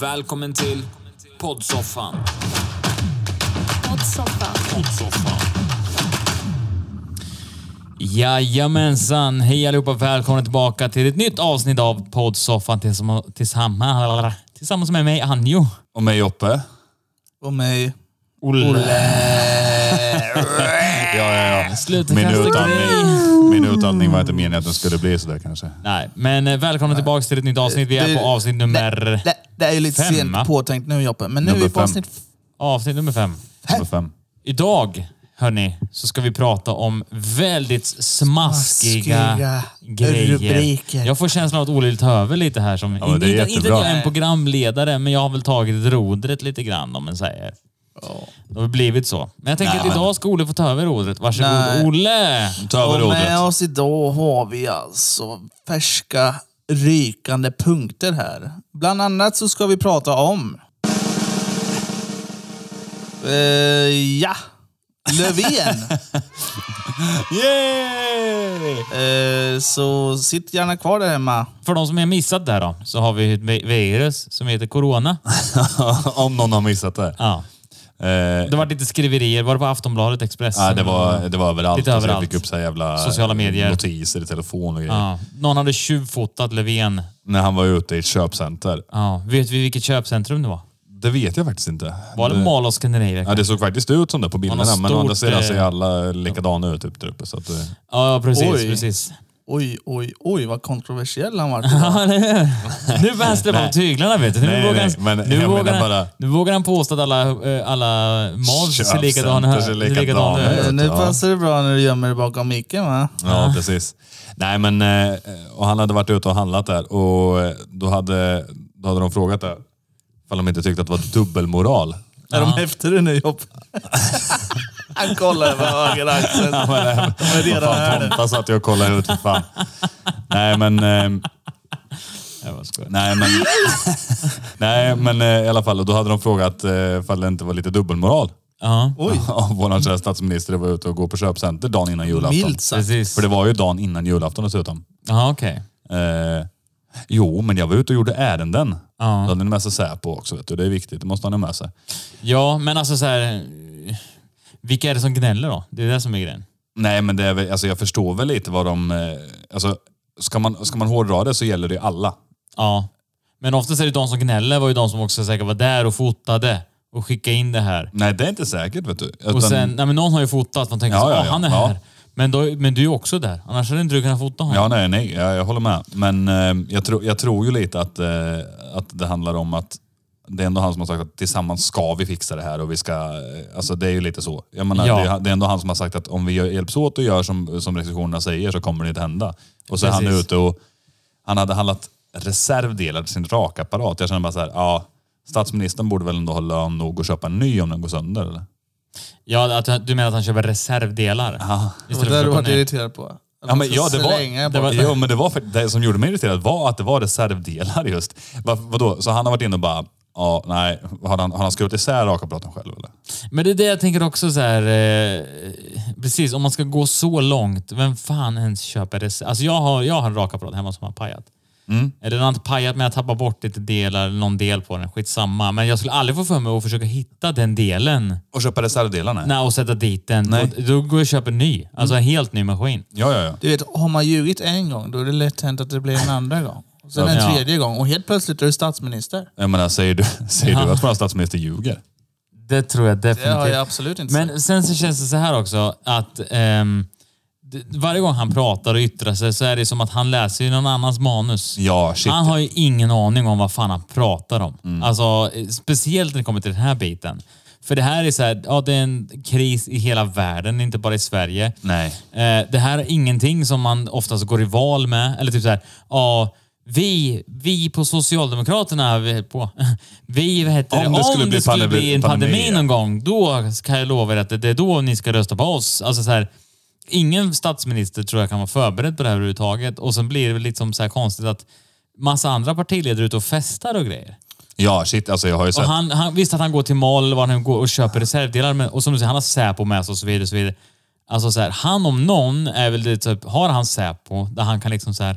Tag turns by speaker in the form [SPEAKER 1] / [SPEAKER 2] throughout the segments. [SPEAKER 1] Välkommen till poddsoffan.
[SPEAKER 2] Poddsoffan.
[SPEAKER 1] Poddsoffan. Jajamensan, hej allihopa. Välkomna tillbaka till ett nytt avsnitt av poddsoffan tillsamm- tillsammans, tillsammans med mig, Anjo.
[SPEAKER 3] Och mig Joppe.
[SPEAKER 4] Och mig.
[SPEAKER 1] Olle.
[SPEAKER 3] Ja, ja, ja.
[SPEAKER 1] Sluten
[SPEAKER 3] Min
[SPEAKER 1] kasta grej.
[SPEAKER 3] utandning, min utandning var inte meningen att den skulle bli sådär kanske.
[SPEAKER 1] Nej, men eh, välkomna tillbaka till ett nytt avsnitt. Vi är
[SPEAKER 4] Du-
[SPEAKER 1] på avsnitt nummer...
[SPEAKER 4] Det, det är ju lite
[SPEAKER 1] Fem, va?
[SPEAKER 4] sent påtänkt nu Joppe, men nu
[SPEAKER 3] Nummer
[SPEAKER 4] är vi på
[SPEAKER 3] fem.
[SPEAKER 4] avsnitt... f-
[SPEAKER 1] Avsnitt nummer fem.
[SPEAKER 3] Nummer fem.
[SPEAKER 1] Idag, hörni, så ska vi prata om väldigt smaskiga,
[SPEAKER 4] Smaskiga
[SPEAKER 1] grejer.
[SPEAKER 4] rubriker.
[SPEAKER 1] Jag får känslan av att Olle vill ta över lite här. Som,
[SPEAKER 3] men det är
[SPEAKER 1] inte, inte att
[SPEAKER 3] jättebra.
[SPEAKER 1] jag är en programledare, men jag har väl tagit rodret lite grann om man säger. Det har blivit så. Men jag tänker
[SPEAKER 3] Nej,
[SPEAKER 1] att
[SPEAKER 3] men-
[SPEAKER 1] idag ska Olle få ta över rodret. Varsågod
[SPEAKER 4] Nej.
[SPEAKER 1] Olle!
[SPEAKER 3] Ta över
[SPEAKER 4] Och med
[SPEAKER 3] rodret.
[SPEAKER 4] oss idag har vi alltså färska rykande punkter här. Bland annat så ska vi prata om... Eh, ja. Löfven.
[SPEAKER 1] Yay!
[SPEAKER 4] Eh, så sitt gärna kvar där hemma.
[SPEAKER 1] För de som har missat det här då, så har vi ett vi- virus som heter corona.
[SPEAKER 3] Om någon har missat det.
[SPEAKER 1] Ja.
[SPEAKER 3] Eh,
[SPEAKER 1] Det var lite skriverier. Var det på Aftonbladet, Expressen?
[SPEAKER 3] ja, det, var, det var överallt.
[SPEAKER 1] Lite
[SPEAKER 3] Alltså,
[SPEAKER 1] överallt.
[SPEAKER 3] Jag fick upp så här jävla
[SPEAKER 1] Sociala medier.
[SPEAKER 3] notiser i telefon och grejer.
[SPEAKER 1] Ja. Någon hade tjuvfotat Löfven.
[SPEAKER 3] När han var ute i ett köpcenter.
[SPEAKER 1] Ja. Vet vi vilket köpcentrum det var?
[SPEAKER 3] Det vet jag faktiskt inte.
[SPEAKER 1] Var det Malås Skanerier?
[SPEAKER 3] Ja, det såg faktiskt ut som det på bilderna,
[SPEAKER 1] något
[SPEAKER 3] men å andra
[SPEAKER 1] stort,
[SPEAKER 3] sidan ser
[SPEAKER 1] eh,
[SPEAKER 3] alla likadana ut typ, där uppe. Så att, eh,
[SPEAKER 1] Ja, precis.
[SPEAKER 4] Oj.
[SPEAKER 1] precis.
[SPEAKER 4] Oj, oj, oj vad kontroversiell han var.
[SPEAKER 1] Ja, det är- nu vänder på tyglarna vet du. Nu,
[SPEAKER 3] Nej,
[SPEAKER 1] vågar,
[SPEAKER 3] nej,
[SPEAKER 1] han,
[SPEAKER 3] men
[SPEAKER 1] nu,
[SPEAKER 3] jag
[SPEAKER 1] vågar
[SPEAKER 3] menar
[SPEAKER 1] han,
[SPEAKER 3] bara-
[SPEAKER 1] nu vågar han påstå att alla, eh, alla malls ser
[SPEAKER 3] Köpcenter
[SPEAKER 1] likadana
[SPEAKER 3] ser
[SPEAKER 1] ser
[SPEAKER 3] likadana
[SPEAKER 1] likadana ut.
[SPEAKER 3] ut.
[SPEAKER 4] Eh, nu
[SPEAKER 3] Ja.
[SPEAKER 4] passar det bra när du gömmer dig bakom micken va?
[SPEAKER 3] Ja, precis. Nej, men eh, och han hade varit ute och handlat där och eh, då hade, då hade de frågat där ifall de inte tyckte att det var dubbelmoral.
[SPEAKER 4] Är de efter dig nu Joppe? han kollar över höger axeln. De är redan här nu.
[SPEAKER 3] Tompa satt jag och kollade ut för fan. Nej, men... Eh,
[SPEAKER 1] Ja, vad skoj.
[SPEAKER 3] nej, men... nej, men eh, i alla fall. och Då hade de frågat eh, ifall det inte var lite dubbelmoral.
[SPEAKER 1] Ja,
[SPEAKER 4] Oj.
[SPEAKER 3] Av vår kära statsminister var ute och går på köpcenter dagen innan julafton.
[SPEAKER 4] Milt sagt.
[SPEAKER 1] precis.
[SPEAKER 3] För det var ju dagen innan julafton dessutom.
[SPEAKER 1] Ja, okej.
[SPEAKER 3] Eh, jo, men jag var ute och gjorde ärenden.
[SPEAKER 1] Ja.
[SPEAKER 3] Då hade ni med sig Säpo också, vet du. det är viktigt. Det måste han ha med sig.
[SPEAKER 1] Ja, men alltså så här. eh, Vilka är det som gnäller då? Det är det som är grejen.
[SPEAKER 3] Nej, men det är, väl- alltså, jag förstår väl lite vad de... Eh, alltså, ska, man, ska man hårdra det så gäller det ju alla.
[SPEAKER 1] Ja. Men oftast är det de som gnäller var ju de som också säkert var där och fotade och skickade in det här.
[SPEAKER 3] Nej, det är inte säkert, vet du. Utan,
[SPEAKER 1] Och sen, nej men någon har ju fotat. Man tänker
[SPEAKER 3] Ja,
[SPEAKER 1] så,
[SPEAKER 3] ja,
[SPEAKER 1] "Ah,
[SPEAKER 3] ja,
[SPEAKER 1] han är
[SPEAKER 3] ja."
[SPEAKER 1] här. Men, då, men du är ju också där. Annars hade inte du kunnat fota honom.
[SPEAKER 3] Ja, nej, nej. Jag, jag håller med. Men eh, jag, tro, jag tror ju lite att, eh, att det handlar om att det är ändå han som har sagt att tillsammans ska vi fixa det här och vi ska... eh, Alltså det är ju lite så. Jag menar,
[SPEAKER 1] Ja.
[SPEAKER 3] det, är- det är ändå han som har sagt att om vi gör- hjälps åt och gör som, som restriktionerna säger så kommer det inte hända. Och så är han
[SPEAKER 1] Precis.
[SPEAKER 3] ute och... Han hade handlat reservdelar till sin rakapparat. Jag känner bara så här, ja, statsministern borde väl ändå ha lön nog att köpa en ny om den går sönder eller?
[SPEAKER 1] Ja, att, du menar att han köper reservdelar?
[SPEAKER 4] Och
[SPEAKER 1] Istället
[SPEAKER 4] det har
[SPEAKER 1] för
[SPEAKER 4] du
[SPEAKER 1] att
[SPEAKER 4] varit
[SPEAKER 1] gå ner.
[SPEAKER 4] irriterad på.
[SPEAKER 3] Ja, men, ja, det var, det var,
[SPEAKER 4] ja.
[SPEAKER 3] jo, men det var för, det som gjorde mig irriterad var att det var reservdelar just. Va, vadå? Så han har varit inne och bara, ja, nej, har han, har han skurit isär rakapparaten själv eller?
[SPEAKER 1] Men det är det jag tänker också så här. Eh, precis, om man ska gå så långt. Vem fan ens köper reserv... Alltså jag har, jag har en rakapparat hemma som har pajat. Eller den har inte pajat, men jag tappar bort lite delar, någon del på den. Skitsamma. Men jag skulle aldrig få för mig att försöka hitta den delen
[SPEAKER 3] Och köpa reservdelarna?
[SPEAKER 1] nej, och sätta dit den.
[SPEAKER 3] Nej.
[SPEAKER 1] Då, då går jag och köper en ny. Alltså en helt ny maskin.
[SPEAKER 3] Ja, ja, ja.
[SPEAKER 4] Du vet, har man ljugit en gång då är det lätt hänt att det blir en andra gång. Och Sen en
[SPEAKER 1] Ja.
[SPEAKER 4] tredje gång och helt plötsligt är du statsminister.
[SPEAKER 3] Jag menar, säger du, säger du att våran statsminister ljuger?
[SPEAKER 1] Det tror jag
[SPEAKER 4] Det har
[SPEAKER 1] definitivt.
[SPEAKER 4] jag absolut inte sagt.
[SPEAKER 1] Men sen så känns det så här också att ehm, d- varje gång han pratar och yttrar sig så är det som att han läser ju någon annans manus.
[SPEAKER 3] Ja, Mm. shit.
[SPEAKER 1] Han har ju ingen aning om vad fan han pratar om. Alltså, eh, speciellt när det kommer till den här biten. För det här är så här, ja det är en kris i hela världen, inte bara i Sverige.
[SPEAKER 3] Nej.
[SPEAKER 1] Eh, det här är ingenting som man oftast går i val med. Eller typ så här, ja, vi, vi på Socialdemokraterna, vi, på, vi vad heter
[SPEAKER 3] Om
[SPEAKER 1] det,
[SPEAKER 3] det skulle
[SPEAKER 1] om
[SPEAKER 3] bli
[SPEAKER 1] det skulle
[SPEAKER 3] pandemi-
[SPEAKER 1] bli en
[SPEAKER 3] pandemi,
[SPEAKER 1] pandemi
[SPEAKER 3] ja.
[SPEAKER 1] någon gång, då kan jag lova er att det, det är då ni ska rösta på oss. Alltså så här, ingen statsminister tror jag kan vara förberedd på det här överhuvudtaget. Och sen blir det väl liksom så här konstigt att massa andra partiledare är ute och festar och grejer.
[SPEAKER 3] Ja, shit. Alltså jag har ju
[SPEAKER 1] Och
[SPEAKER 3] sett.
[SPEAKER 1] han, han, visst att han går till mall eller vad han nu går och köper reservdelar. Men, och som du säger, han har Säpo med sig och så vidare. Och så vidare. Alltså så här, han om någon är väl det, typ, har han Säpo där han kan liksom så här,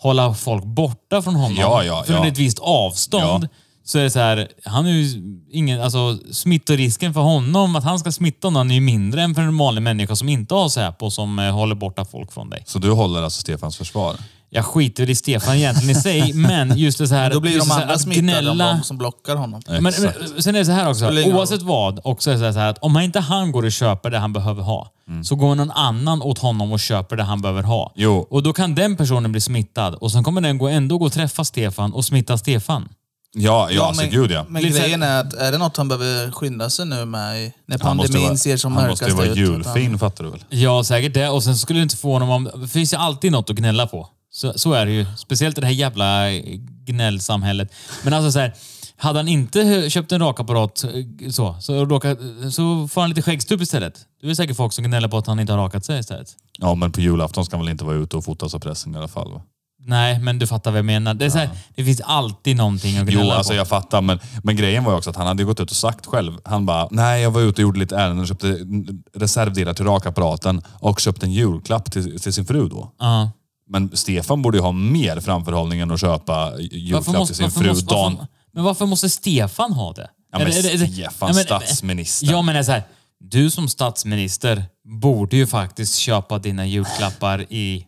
[SPEAKER 1] hålla folk borta från honom.
[SPEAKER 3] Ja, ja,
[SPEAKER 1] från
[SPEAKER 3] ja.
[SPEAKER 1] ett visst avstånd. så är det så här, han är ju ingen, alltså smittorisken för honom, att han ska smitta någon är ju mindre än för en vanlig människa som inte har Säpo som eh, håller borta folk från dig.
[SPEAKER 3] Så du håller alltså Stefans försvar?
[SPEAKER 1] Jag skiter i Stefan egentligen i sig, men just det så här...
[SPEAKER 4] Då blir
[SPEAKER 1] just
[SPEAKER 4] de
[SPEAKER 1] det så här
[SPEAKER 4] andra
[SPEAKER 1] att
[SPEAKER 4] smittade om
[SPEAKER 1] gnälla-
[SPEAKER 4] de som blockar honom.
[SPEAKER 1] men,
[SPEAKER 3] Exakt.
[SPEAKER 1] men, sen är det så här också,
[SPEAKER 4] Spelar ingen roll.
[SPEAKER 1] oavsett vad, också är det så här att om inte han går och köper det han behöver ha,
[SPEAKER 3] Mm.
[SPEAKER 1] så går någon annan åt honom och köper det han behöver ha.
[SPEAKER 3] Jo.
[SPEAKER 1] Och då kan den personen bli smittad och sen kommer den gå, ändå gå och träffa Stefan och smitta Stefan.
[SPEAKER 3] Ja, ja, alltså gud ja.
[SPEAKER 4] Men
[SPEAKER 1] Lite så här-
[SPEAKER 4] grejen är att är det något han behöver skynda sig nu med i- när
[SPEAKER 3] Han måste ju
[SPEAKER 4] pandemin ser som
[SPEAKER 3] Han
[SPEAKER 4] mörkast
[SPEAKER 3] måste
[SPEAKER 4] ut?
[SPEAKER 3] ju vara
[SPEAKER 4] att
[SPEAKER 3] julfin, fattar du väl?
[SPEAKER 1] Ja, säkert det. Och sen skulle du inte få honom om... Det finns ju alltid något att gnälla på. Så, så är det ju. Speciellt i det här jävla eh, gnällsamhället. Men alltså så här, hade han inte hö- köpt en rakapparat eh, så, så, råkar, så får han lite skäggstubb istället. Det är säkert folk som gnäller på att han inte har rakat sig istället.
[SPEAKER 3] Ja, men på julafton ska man väl inte vara ute och fotas av pressen i alla fall? Va?
[SPEAKER 1] Nej, men du fattar vad jag menar. Det, är så här, det finns alltid någonting att gnälla
[SPEAKER 3] Jo, alltså
[SPEAKER 1] på.
[SPEAKER 3] jag fattar. Men, men grejen var ju också att han hade ju gått ut och sagt själv. Han bara, nej jag var ute och gjorde lite ärenden och köpte n- reservdelar till rakapparaten och köpte en julklapp till, till sin fru då.
[SPEAKER 1] Ja.
[SPEAKER 3] Men Stefan borde ju ha mer framförhållning än att köpa j- julklapp
[SPEAKER 1] Varför måste,
[SPEAKER 3] till sin
[SPEAKER 1] varför
[SPEAKER 3] fru
[SPEAKER 1] måste, varför,
[SPEAKER 3] dagen...
[SPEAKER 1] Men varför måste Stefan ha det?
[SPEAKER 3] Ja, men
[SPEAKER 1] Är det- är det- är det-
[SPEAKER 3] Stefan,
[SPEAKER 1] Ja, men-
[SPEAKER 3] statsminister.
[SPEAKER 1] Ja, men det är så här, du som statsminister borde ju faktiskt köpa dina julklappar i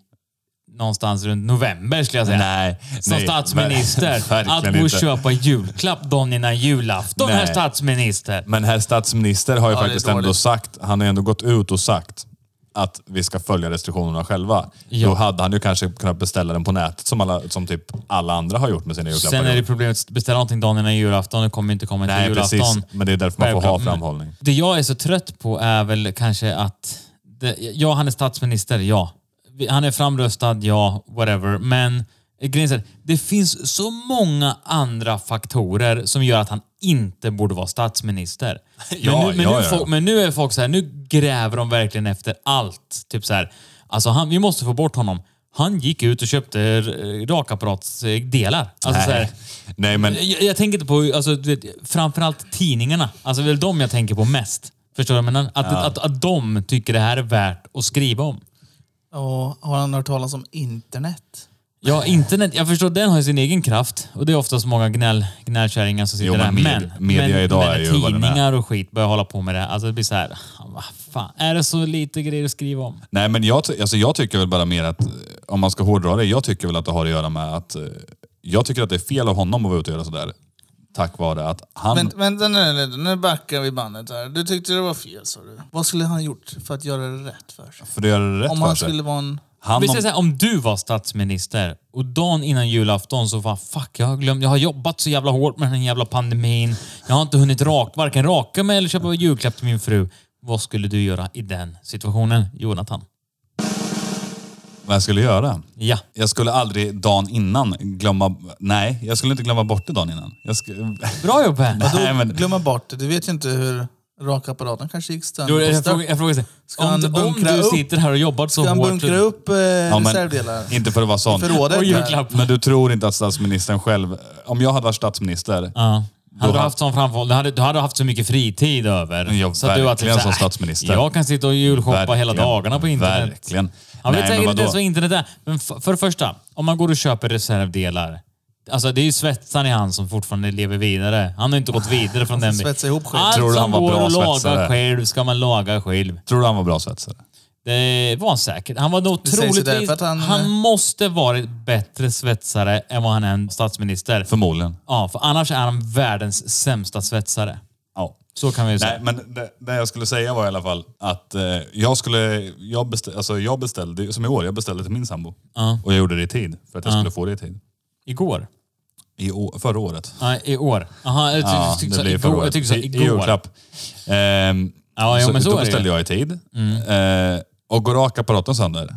[SPEAKER 1] någonstans runt november skulle jag säga.
[SPEAKER 3] Nej,
[SPEAKER 1] Som
[SPEAKER 3] nej,
[SPEAKER 1] statsminister.
[SPEAKER 3] ver- verkligen
[SPEAKER 1] att gå och
[SPEAKER 3] inte.
[SPEAKER 1] köpa julklapp dagen innan julafton,
[SPEAKER 3] Nej.
[SPEAKER 1] herr statsminister.
[SPEAKER 3] Men herr statsminister har ju
[SPEAKER 4] Ja, det är
[SPEAKER 3] faktiskt ändå
[SPEAKER 4] dåligt.
[SPEAKER 3] sagt, han har ju ändå gått ut och sagt att vi ska följa restriktionerna själva.
[SPEAKER 1] Ja.
[SPEAKER 3] Då hade han ju kanske kunnat beställa den på nätet som, alla, som typ alla andra har gjort med sina julklappar.
[SPEAKER 1] Sen är det problemet att beställa någonting dagen innan julafton. Det kommer inte komma
[SPEAKER 3] Nej,
[SPEAKER 1] till julafton.
[SPEAKER 3] precis. Men det är därför man får ha
[SPEAKER 1] Självklart.
[SPEAKER 3] framhållning.
[SPEAKER 1] Det jag är så trött på är väl kanske att... Det, ja, han är statsminister, ja. Vi- Han är framröstad, ja. Whatever. Men grejen är, att det finns så många andra faktorer som gör att han inte borde vara statsminister. Men,
[SPEAKER 3] Ja,
[SPEAKER 1] nu, men,
[SPEAKER 3] ja,
[SPEAKER 1] nu,
[SPEAKER 3] ja.
[SPEAKER 1] Folk, men nu är folk så här, nu gräver de verkligen efter allt. Typ så här, alltså han, vi måste få bort honom. Han gick ut och köpte eh, rakapparatsdelar. Alltså så här,
[SPEAKER 3] Nej. Nej, men
[SPEAKER 1] jag, jag tänker inte på, alltså, du vet, framförallt tidningarna. Alltså det är väl de jag tänker på mest. Förstår du vad jag menar? Att, att, att de tycker det här är värt att skriva om.
[SPEAKER 4] Och har han hört talas om internet?
[SPEAKER 1] Ja, internet. Jag förstår, den har ju sin egen kraft. Och det är oftast många gnäll, gnällkärringar som sitter
[SPEAKER 3] Jo, men
[SPEAKER 1] där.
[SPEAKER 3] med-
[SPEAKER 1] men,
[SPEAKER 3] media
[SPEAKER 1] men,
[SPEAKER 3] idag
[SPEAKER 1] men
[SPEAKER 3] är ju vad den är.
[SPEAKER 1] tidningar och skit börjar hålla på med det. Alltså det blir så här, vad fan, är det så lite grejer att skriva om?
[SPEAKER 3] Nej, men jag, ty- alltså, jag tycker väl bara mer att, eh, om man ska hårdra det, jag tycker väl att det har att göra med att eh, jag tycker att det är fel av honom att vara ute och göra sådär. Tack vare att han...
[SPEAKER 4] Vänt, vänta nu, nu, nu backar vi bandet här. Du tyckte det var fel sa du. Vad skulle han gjort för att göra det rätt för sig?
[SPEAKER 3] för att göra det rätt
[SPEAKER 4] Om
[SPEAKER 3] för
[SPEAKER 4] han
[SPEAKER 3] sig.
[SPEAKER 4] skulle vara en...
[SPEAKER 3] Han,
[SPEAKER 1] Vi
[SPEAKER 3] om,
[SPEAKER 1] säger så här, om du var statsminister och dagen innan julafton så var fuck, jag har glömt, jag har jobbat så jävla hårt med den här jävla pandemin. Jag har inte hunnit rak, varken raka mig eller köpa julklapp till min fru. Vad skulle du göra i den situationen, Jonathan?
[SPEAKER 3] vad jag skulle göra?
[SPEAKER 1] Ja.
[SPEAKER 3] Jag skulle aldrig dagen innan glömma... Nej, jag skulle inte glömma bort det dagen innan. Jag sku...
[SPEAKER 1] Bra jobb Per!
[SPEAKER 3] Nej, men-
[SPEAKER 4] Glömma bort det. Du vet ju inte hur rakapparaten kanske gick
[SPEAKER 1] Jo,
[SPEAKER 4] sönder. på
[SPEAKER 1] jag
[SPEAKER 4] start.
[SPEAKER 1] frågar, jag frågar så här,
[SPEAKER 4] Ska
[SPEAKER 1] om,
[SPEAKER 4] han
[SPEAKER 1] du- om
[SPEAKER 4] bunkra
[SPEAKER 1] du
[SPEAKER 4] upp?
[SPEAKER 1] sitter här och jobbat så
[SPEAKER 4] Ska han
[SPEAKER 1] hårt...
[SPEAKER 4] bunkra upp eh,
[SPEAKER 3] Ja, men-
[SPEAKER 4] reservdelar?
[SPEAKER 3] inte för att vara sån.
[SPEAKER 4] Förrådet?
[SPEAKER 1] Och
[SPEAKER 4] där.
[SPEAKER 1] julklappar.
[SPEAKER 3] Men du tror inte att statsministern själv... Om jag hade varit statsminister,
[SPEAKER 1] Ja.
[SPEAKER 3] Då
[SPEAKER 1] Hade du
[SPEAKER 3] han-
[SPEAKER 1] haft sån framförhållning, du hade, du hade haft så mycket fritid över.
[SPEAKER 3] Ja,
[SPEAKER 1] så att du var typ
[SPEAKER 3] verkligen
[SPEAKER 1] så här,
[SPEAKER 3] som
[SPEAKER 1] "Äh,
[SPEAKER 3] statsminister."
[SPEAKER 1] Jag kan sitta och julshoppa hela
[SPEAKER 3] Verkligen.
[SPEAKER 1] dagarna på internet.
[SPEAKER 3] Verkligen.
[SPEAKER 1] Han vet
[SPEAKER 3] Nej, men
[SPEAKER 1] säkert inte
[SPEAKER 3] vadå?
[SPEAKER 1] ens vad internet är. Men f- för det första, om man går och köper reservdelar. Alltså det är ju svetsan i han som fortfarande lever vidare. Han har inte gått vidare från den biten.
[SPEAKER 4] Alltså, svetsa ihop själv.
[SPEAKER 1] Allt
[SPEAKER 3] Tror du
[SPEAKER 1] som
[SPEAKER 3] han var
[SPEAKER 1] går
[SPEAKER 3] bra
[SPEAKER 1] att laga
[SPEAKER 3] svetsare?
[SPEAKER 1] själv ska man laga själv.
[SPEAKER 3] Tror du han var bra svetsare?
[SPEAKER 1] Det var han säkert. Han var nog
[SPEAKER 4] Det sägs ju
[SPEAKER 1] troligtvis...
[SPEAKER 4] därför att
[SPEAKER 1] Han...
[SPEAKER 4] han- eh,
[SPEAKER 1] måste varit bättre svetsare än vad han är en statsminister.
[SPEAKER 3] Förmodligen.
[SPEAKER 1] Ja, för annars är han världens sämsta svetsare.
[SPEAKER 3] Ja.
[SPEAKER 1] Så kan vi ju
[SPEAKER 3] Nej,
[SPEAKER 1] säga.
[SPEAKER 3] men det, det jag skulle säga var i alla fall att eh, jag skulle... Jag, beställ, alltså, jag beställde, ju- som i år, jag beställde till min sambo.
[SPEAKER 1] Ja.
[SPEAKER 3] Och jag gjorde det i tid, för att jag skulle få det i tid.
[SPEAKER 1] Igår?
[SPEAKER 3] I år, förra året.
[SPEAKER 1] Ja, i år. Aha, jag tyckte,
[SPEAKER 3] Ja,
[SPEAKER 1] tyckte
[SPEAKER 3] det
[SPEAKER 1] så-
[SPEAKER 3] blir förra
[SPEAKER 1] igår. Jag
[SPEAKER 3] året.
[SPEAKER 1] tyckte så,
[SPEAKER 3] I- i
[SPEAKER 1] igår.
[SPEAKER 3] julklapp. Ehm,
[SPEAKER 1] Ja, jo, men så är det
[SPEAKER 3] då
[SPEAKER 1] ju. Mm.
[SPEAKER 3] beställde jag i tid. Eh, och går rakapparaten sönder.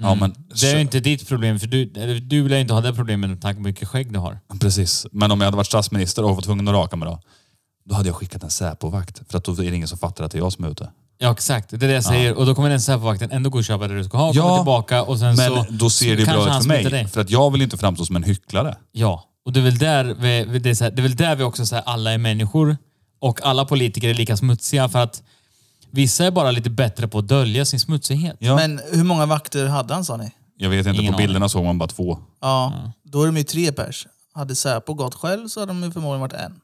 [SPEAKER 3] Ja, men,
[SPEAKER 1] Det är ju inte ditt problem, för du, eller du vill ju inte ha det problemet med tanke på hur mycket skägg du har.
[SPEAKER 3] Precis. Men om jag hade varit statsminister och var tvungen att raka mig då. Då hade jag skickat en Säpo-vakt. För att då är det ingen som fattar att det är jag som är ute.
[SPEAKER 1] Ja, exakt. Det är det jag säger. Och då kommer den Säpo-vakten ändå gå och köpa det du ska ha, komma
[SPEAKER 3] Ja,
[SPEAKER 1] tillbaka och sen
[SPEAKER 3] Men
[SPEAKER 1] så...
[SPEAKER 3] då ser det ju
[SPEAKER 1] kanske
[SPEAKER 3] bra
[SPEAKER 1] han
[SPEAKER 3] ut för
[SPEAKER 1] smittar
[SPEAKER 3] mig.
[SPEAKER 1] dig.
[SPEAKER 3] För att jag vill inte framstå som en hycklare.
[SPEAKER 1] Ja, och det är väl där vi, vi- det är så här, det är väl där vi också så här, alla är människor och alla politiker är lika smutsiga för att vissa är bara lite bättre på att dölja sin smutsighet.
[SPEAKER 3] Ja.
[SPEAKER 4] Men hur många vakter hade han sa ni?
[SPEAKER 3] jag vet inte,
[SPEAKER 1] Ingen
[SPEAKER 3] på bilderna såg man bara två.
[SPEAKER 4] Ja, då är de ju tre pers. Hade Säpo gått själv så hade de ju förmodligen varit en.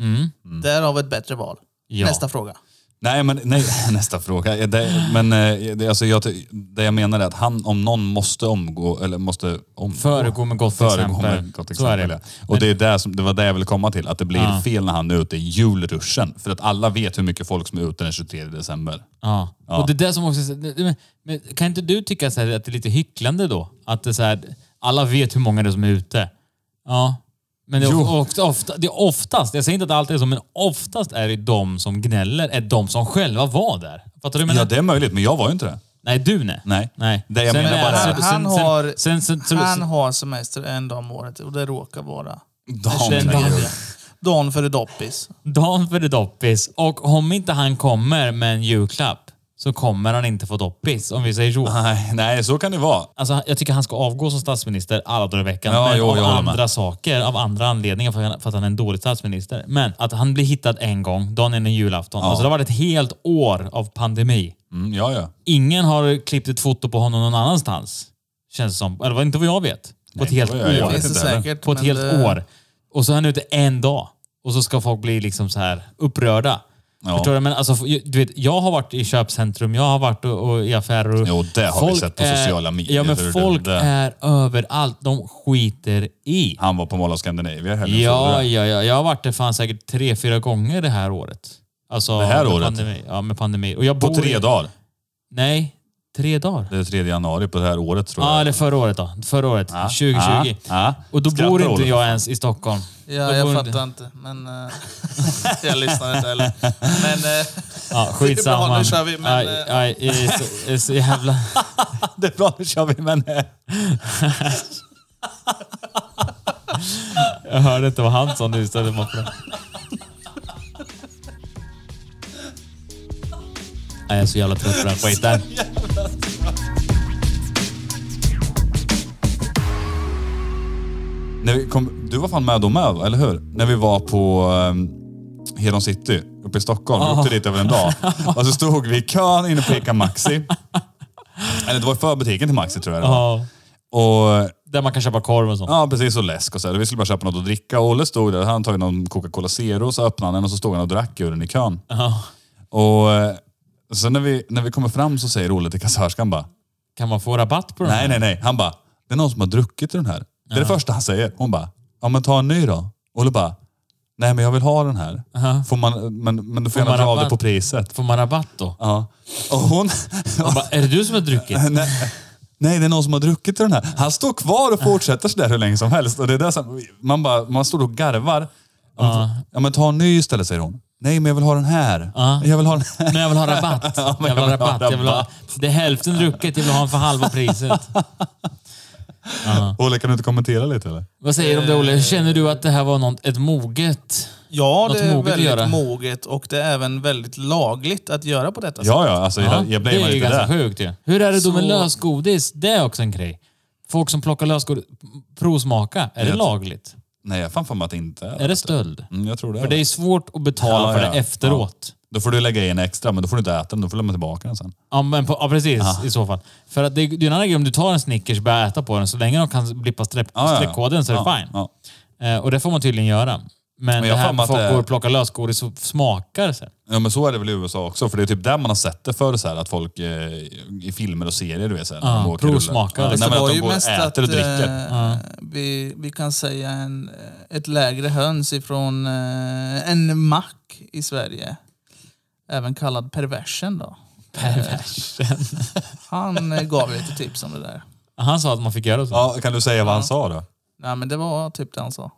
[SPEAKER 1] Mm.
[SPEAKER 4] Därav ett bättre val.
[SPEAKER 1] Ja.
[SPEAKER 4] Nästa fråga.
[SPEAKER 3] Nej, men nej, nästa fråga. Det, men eh, det, alltså, jag, ty- det jag menar är att han om någon måste omgå, eller måste omgå,
[SPEAKER 1] Föregå med gott
[SPEAKER 3] föregå
[SPEAKER 1] exempel.
[SPEAKER 3] med gott
[SPEAKER 1] Så är det.
[SPEAKER 3] exempel. ja. Och det, är där som, det var det jag ville komma till, att det blir
[SPEAKER 1] Ja.
[SPEAKER 3] fel när han är ute i julruschen. För att alla vet hur mycket folk som är ute den 23 december.
[SPEAKER 1] Ja.
[SPEAKER 3] Ja.
[SPEAKER 1] Och det är det som också... det- det- Men, men kan inte du tycka så här att det är lite hycklande då? Att det är så här, alla vet hur många det är som är ute. Ja. Men det är, ofta, ofta, det är oftast, jag säger inte att det alltid är så, men oftast är det de som gnäller, är de som själva var där. Fattar du? vad jag
[SPEAKER 3] Ja,
[SPEAKER 1] menar?
[SPEAKER 3] det är möjligt, men jag var ju inte det.
[SPEAKER 1] Nej, du nej.
[SPEAKER 3] Nej.
[SPEAKER 1] nej.
[SPEAKER 3] Det jag menar
[SPEAKER 1] är-
[SPEAKER 3] bara är-
[SPEAKER 1] sen-
[SPEAKER 4] Han
[SPEAKER 1] sen-
[SPEAKER 4] har-
[SPEAKER 1] Sen, sen, sen,
[SPEAKER 4] Han har semester en dag om året och det råkar vara
[SPEAKER 3] Dan,
[SPEAKER 1] Den dagen.
[SPEAKER 4] dagen före doppis.
[SPEAKER 1] dagen före doppis. Och om inte han kommer med en julklapp så kommer han inte få doppis, om vi säger så.
[SPEAKER 3] Nej, nej, så kan det vara.
[SPEAKER 1] Alltså, jag tycker han ska avgå som statsminister alla dagar i veckan.
[SPEAKER 3] Ja,
[SPEAKER 1] men
[SPEAKER 3] jo,
[SPEAKER 1] av
[SPEAKER 3] jag håller med.
[SPEAKER 1] andra saker, av andra anledningar för att, han, för att han är en dålig statsminister. Men att han blir hittad en gång, dagen innan julafton. Alltså, det har varit ett helt år av pandemi.
[SPEAKER 3] Mm, ja, ja.
[SPEAKER 1] Ingen har klippt ett foto på honom någon annanstans. Känns det som. Eller vad- inte vad jag vet. På ett helt
[SPEAKER 3] det var jag- jag
[SPEAKER 1] år.
[SPEAKER 3] vet
[SPEAKER 4] Finns det
[SPEAKER 3] inte heller.
[SPEAKER 4] säkert.
[SPEAKER 1] På ett
[SPEAKER 4] men
[SPEAKER 1] helt
[SPEAKER 4] det-
[SPEAKER 1] år. Och så är han ute en dag. Och så ska folk bli liksom så här upprörda.
[SPEAKER 3] Ja.
[SPEAKER 1] Förstår du? Men alltså, du vet, jag har varit i köpcentrum, jag har varit och, och i affärer. Och
[SPEAKER 3] Jo, det har vi sett på sociala medier,
[SPEAKER 1] Ja, men
[SPEAKER 3] hur det-
[SPEAKER 1] folk
[SPEAKER 3] det-
[SPEAKER 1] är överallt. De skiter i.
[SPEAKER 3] Han var på Mall of Scandinavia i helgen. såg
[SPEAKER 1] Ja,
[SPEAKER 3] du det?
[SPEAKER 1] ja, ja. Jag har varit där fan säkert tre, fyra gånger det här året. Alltså,
[SPEAKER 3] Det här
[SPEAKER 1] med
[SPEAKER 3] året?
[SPEAKER 1] Pandemi. Ja, med pandemi. Och jag
[SPEAKER 3] På
[SPEAKER 1] bor i-
[SPEAKER 3] tre dagar.
[SPEAKER 1] Nej, tre dagar.
[SPEAKER 3] Det är 3 januari på det här året tror
[SPEAKER 1] Ja,
[SPEAKER 3] jag.
[SPEAKER 1] eller förra året då. Förra året. 2020.
[SPEAKER 3] ja.
[SPEAKER 1] Och då
[SPEAKER 3] Skrattar
[SPEAKER 1] bor
[SPEAKER 3] Olof.
[SPEAKER 1] inte jag ens i Stockholm.
[SPEAKER 4] Ja,
[SPEAKER 1] Då
[SPEAKER 4] jag
[SPEAKER 1] bor
[SPEAKER 4] fattar inte. Men eh, jag lyssnar inte heller. Men eh,
[SPEAKER 1] Ja, skitsamma.
[SPEAKER 4] Det är bra, nu kör vi, men,
[SPEAKER 1] aj, aj, eh, så, eh, så jävla...
[SPEAKER 3] Det är bra, nu kör vi. Men, eh,
[SPEAKER 1] Jag hörde inte vad han sa nu istället. Måste... Jag är så jävla trött på den här skiten.
[SPEAKER 3] när vi kom, du var fan med då med, eller hur? När vi var på um, Hedon City uppe i Stockholm. Vi åkte dit över en dag. Och så stod vi i kön inne på Ica Maxi. Eller det var förbutiken till Maxi tror jag det var.
[SPEAKER 1] Ja,
[SPEAKER 3] Och
[SPEAKER 1] där man kan köpa korv och sånt.
[SPEAKER 3] Ja, precis. Och läsk och så. Här. Vi skulle bara köpa något att dricka. Och Olle stod där. Han hade tagit någon Coca-Cola Zero, så öppnade han den och så stod han och drack ur den i kön.
[SPEAKER 1] Ja.
[SPEAKER 3] Och eh, så när vi, när vi kommer fram så säger Olle till kassörskan bara,
[SPEAKER 1] Kan man få rabatt på den
[SPEAKER 3] nej, nej, nej. Han bara, det är någon som har druckit ur den här. Det är det första han säger. Hon bara, ja men ta en ny då. Olle bara, nej men jag vill ha den här. Får man, men, men du
[SPEAKER 1] Får
[SPEAKER 3] får, gärna
[SPEAKER 1] man
[SPEAKER 3] dra av det
[SPEAKER 1] rabatt?
[SPEAKER 3] på priset.
[SPEAKER 1] Får man rabatt då?
[SPEAKER 3] Ja. Och hon...
[SPEAKER 1] Jag Bara, är det du som har druckit?
[SPEAKER 3] Nej, nej, det är någon som har druckit ur den här. Han står kvar och fortsätter sådär hur länge som helst. Och det är där som, man, bara, man står och garvar. Ja. men ta en ny istället, säger hon. Nej, men jag vill ha den här.
[SPEAKER 1] Ja.
[SPEAKER 3] Jag vill ha den här.
[SPEAKER 1] Men jag vill ha rabatt.
[SPEAKER 3] Ja, men
[SPEAKER 1] Jag vill ha rabatt. Jag vill ha, det är hälften drucket, jag vill ha en för halva priset.
[SPEAKER 3] Olle, kan du inte kommentera lite eller?
[SPEAKER 1] Vad säger du om det
[SPEAKER 3] Eh.
[SPEAKER 1] Olle? Känner du att det här var något, ett moget?
[SPEAKER 4] ja,
[SPEAKER 1] Något
[SPEAKER 4] det är
[SPEAKER 1] moget att göra.
[SPEAKER 4] väldigt moget och det är även väldigt lagligt att göra på detta
[SPEAKER 3] Ja, ja. Alltså, jag, jag
[SPEAKER 1] det
[SPEAKER 3] blamear
[SPEAKER 1] är ju
[SPEAKER 3] inte
[SPEAKER 1] ganska
[SPEAKER 3] det.
[SPEAKER 1] sjukt ju. Hur är det då med
[SPEAKER 4] Så-
[SPEAKER 1] lösgodis? Det är också en grej. Folk som plockar lösgodis, provsmaka, är det
[SPEAKER 3] Jag-
[SPEAKER 1] lagligt?
[SPEAKER 3] Nej, jag fan för mig att det inte är.
[SPEAKER 1] Är det stöld?
[SPEAKER 3] Mm, jag tror det.
[SPEAKER 1] För det är svårt att betala
[SPEAKER 3] Ja,
[SPEAKER 1] för det
[SPEAKER 3] ja.
[SPEAKER 1] efteråt.
[SPEAKER 3] Då får du lägga i en extra, men då får du inte äta den. Då får du lämna tillbaka den sen.
[SPEAKER 1] Ja, men på, ja precis. I så fall. För att det, det är en annan grej om du tar en Snickers och börjar äta på den. Så länge de kan blippa streck,
[SPEAKER 3] Ja, ja.
[SPEAKER 1] streckkoden så är det
[SPEAKER 3] Ja,
[SPEAKER 1] fine.
[SPEAKER 3] ja.
[SPEAKER 1] Eh, och det får man tydligen göra. Men
[SPEAKER 3] Men
[SPEAKER 1] det
[SPEAKER 3] jag har
[SPEAKER 1] här
[SPEAKER 3] för mig
[SPEAKER 1] med
[SPEAKER 3] att
[SPEAKER 1] folk
[SPEAKER 3] det-
[SPEAKER 1] går och plockar lösgodis och smakar sen.
[SPEAKER 3] Ja, men så är det väl i USA också. För det är typ där man har sett det förr, så här, att folk eh, i filmer och serier, du vet. Så här, när de åker
[SPEAKER 1] provsmakar.
[SPEAKER 3] rulle.
[SPEAKER 1] Fast
[SPEAKER 3] Nej,
[SPEAKER 4] det
[SPEAKER 3] men
[SPEAKER 4] var
[SPEAKER 3] att de
[SPEAKER 4] ju
[SPEAKER 3] går och
[SPEAKER 4] mest att
[SPEAKER 3] äter och dricker.
[SPEAKER 4] eh, vi, vi kan säga en, eh, ett lägre höns ifrån eh, en mack i Sverige. Även kallad perversen då. Eh,
[SPEAKER 1] Perversen.
[SPEAKER 4] Han eh, gav lite tips om det där.
[SPEAKER 1] Han sa att man fick göra så.
[SPEAKER 3] Ja, kan du säga vad han sa då?
[SPEAKER 4] Nej men det var typ det han sa.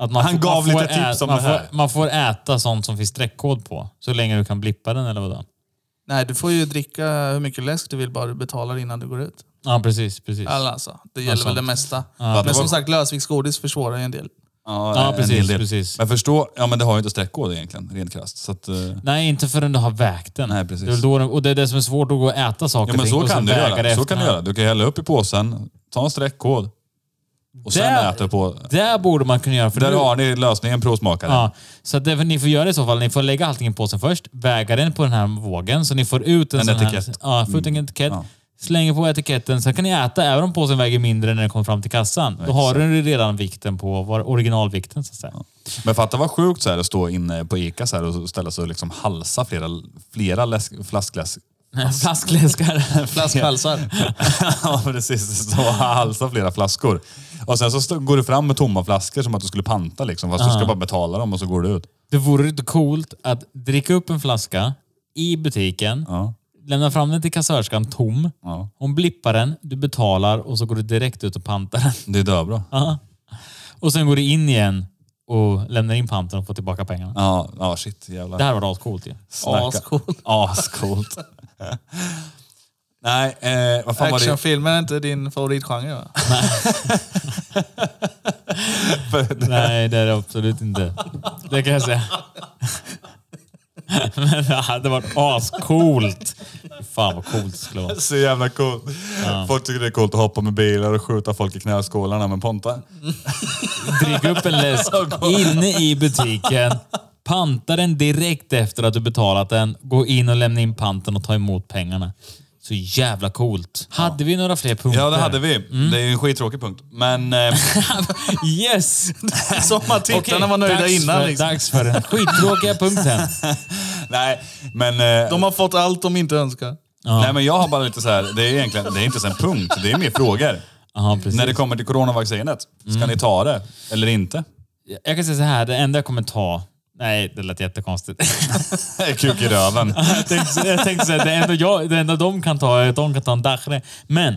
[SPEAKER 1] Att man
[SPEAKER 3] Han
[SPEAKER 1] får-
[SPEAKER 3] gav
[SPEAKER 1] man får
[SPEAKER 3] lite tips om
[SPEAKER 1] man
[SPEAKER 3] det här.
[SPEAKER 1] Får, man får äta sånt som finns streckkod på. Så länge du kan blippa den eller vadå?
[SPEAKER 4] Nej du får ju dricka hur mycket läsk du vill bara du betalar innan du går ut.
[SPEAKER 1] Ja, precis. precis.
[SPEAKER 4] Alla alltså. Det gäller väl
[SPEAKER 1] sant.
[SPEAKER 4] det mesta.
[SPEAKER 3] För att det
[SPEAKER 4] Men
[SPEAKER 3] var-
[SPEAKER 4] som sagt lösviktsgodis försvårar ju en del.
[SPEAKER 1] Ja,
[SPEAKER 3] en hel
[SPEAKER 1] precis.
[SPEAKER 3] del.
[SPEAKER 1] precis.
[SPEAKER 3] Men förstå, ja men det har ju inte streckkod egentligen, rent krasst. Så att, eh,
[SPEAKER 1] Nej, inte förrän du har vägt den.
[SPEAKER 3] Nej, precis.
[SPEAKER 1] Det är väl då den och det är det som är svårt att gå och äta saker
[SPEAKER 3] ja men
[SPEAKER 1] och ting
[SPEAKER 3] så
[SPEAKER 1] och
[SPEAKER 3] kan du
[SPEAKER 1] väga det
[SPEAKER 3] göra. Så kan du
[SPEAKER 1] efterhand.
[SPEAKER 3] göra. Du kan hälla upp i påsen, ta en streckkod och sen
[SPEAKER 1] Där-
[SPEAKER 3] äta på.
[SPEAKER 1] Det borde man kunna göra. För
[SPEAKER 3] Där
[SPEAKER 1] nu-
[SPEAKER 3] har ni lösningen provsmakare.
[SPEAKER 1] Ja, så att det, ni får göra i så fall, ni får lägga allting i påsen först, väga den på den här vågen så ni får ut en,
[SPEAKER 3] En
[SPEAKER 1] sån
[SPEAKER 3] etikett. Mm.
[SPEAKER 1] här... Ja, få ut en etikett.
[SPEAKER 3] ja.
[SPEAKER 1] Slänger på etiketten, sen kan ni äta även om påsen väger mindre när den kommer fram till kassan. Då har du redan vikten på var originalvikten så att säga.
[SPEAKER 3] Men fatta vad sjukt så här att stå inne på Ica så här och ställa sig och liksom halsa flera, flera läsk, flaskläsk.
[SPEAKER 1] Flaskläskar.
[SPEAKER 4] Flaskhalsar.
[SPEAKER 3] ja precis, stå och halsa flera flaskor. Och sen så stå, går du fram med tomma flaskor som att du skulle panta liksom. Fast du ska bara betala dem och så går du ut.
[SPEAKER 1] Det vore inte coolt att dricka upp en flaska i butiken,
[SPEAKER 3] Ja.
[SPEAKER 1] lämna fram den till kassörskan tom.
[SPEAKER 3] Ja.
[SPEAKER 1] Hon blippar den, du betalar och så går du direkt ut och pantar den.
[SPEAKER 3] Det är döbra.
[SPEAKER 1] Och sen går du in igen och lämnar in panten och får tillbaka pengarna.
[SPEAKER 3] Ja, ja shit jävlar.
[SPEAKER 1] Det här var ascoolt ju.
[SPEAKER 3] Snacka.
[SPEAKER 4] Ascoolt.
[SPEAKER 3] Ascoolt. Nej, eh, vad fan var det?
[SPEAKER 4] Actionfilmer är inte din favoritgenre va?
[SPEAKER 1] Nej, det är det absolut inte. Det kan jag säga. Men det hade varit ascoolt. Fan vad coolt det skulle vara.
[SPEAKER 3] Så jävla coolt. Folk tycker det är coolt att hoppa med bilar och skjuta folk i knäskålarna med Ponta.
[SPEAKER 1] Dricka upp en läsk inne i butiken. Panta den direkt efter att du betalat den. Gå in och lämna in panten och ta emot pengarna. Så jävla coolt. Hade vi några fler punkter?
[SPEAKER 3] Ja, det hade vi. Det är ju en skittråkig punkt. Men eh,
[SPEAKER 1] Yes!
[SPEAKER 4] Som att tittarna
[SPEAKER 1] Okej,
[SPEAKER 4] var nöjda
[SPEAKER 1] dags
[SPEAKER 4] innan.
[SPEAKER 1] För,
[SPEAKER 4] Liksom.
[SPEAKER 1] Dags för den skittråkiga punkten.
[SPEAKER 3] nej, men... Eh,
[SPEAKER 4] De har fått allt de inte önskar.
[SPEAKER 3] Nej, men jag har bara lite så här, det är egentligen, det är inte ens en punkt, det är mer frågor.
[SPEAKER 1] Aha, precis.
[SPEAKER 3] När det kommer till coronavaccinet, ska ni ta det eller inte?
[SPEAKER 1] Jag kan säga så här, det enda jag kommer ta... Nej, det lät jättekonstigt.
[SPEAKER 3] Kuk i röven.
[SPEAKER 1] jag tänkte, så- jag tänkte så här, det enda, jag, det enda de kan ta är att de kan ta en dachre. Men,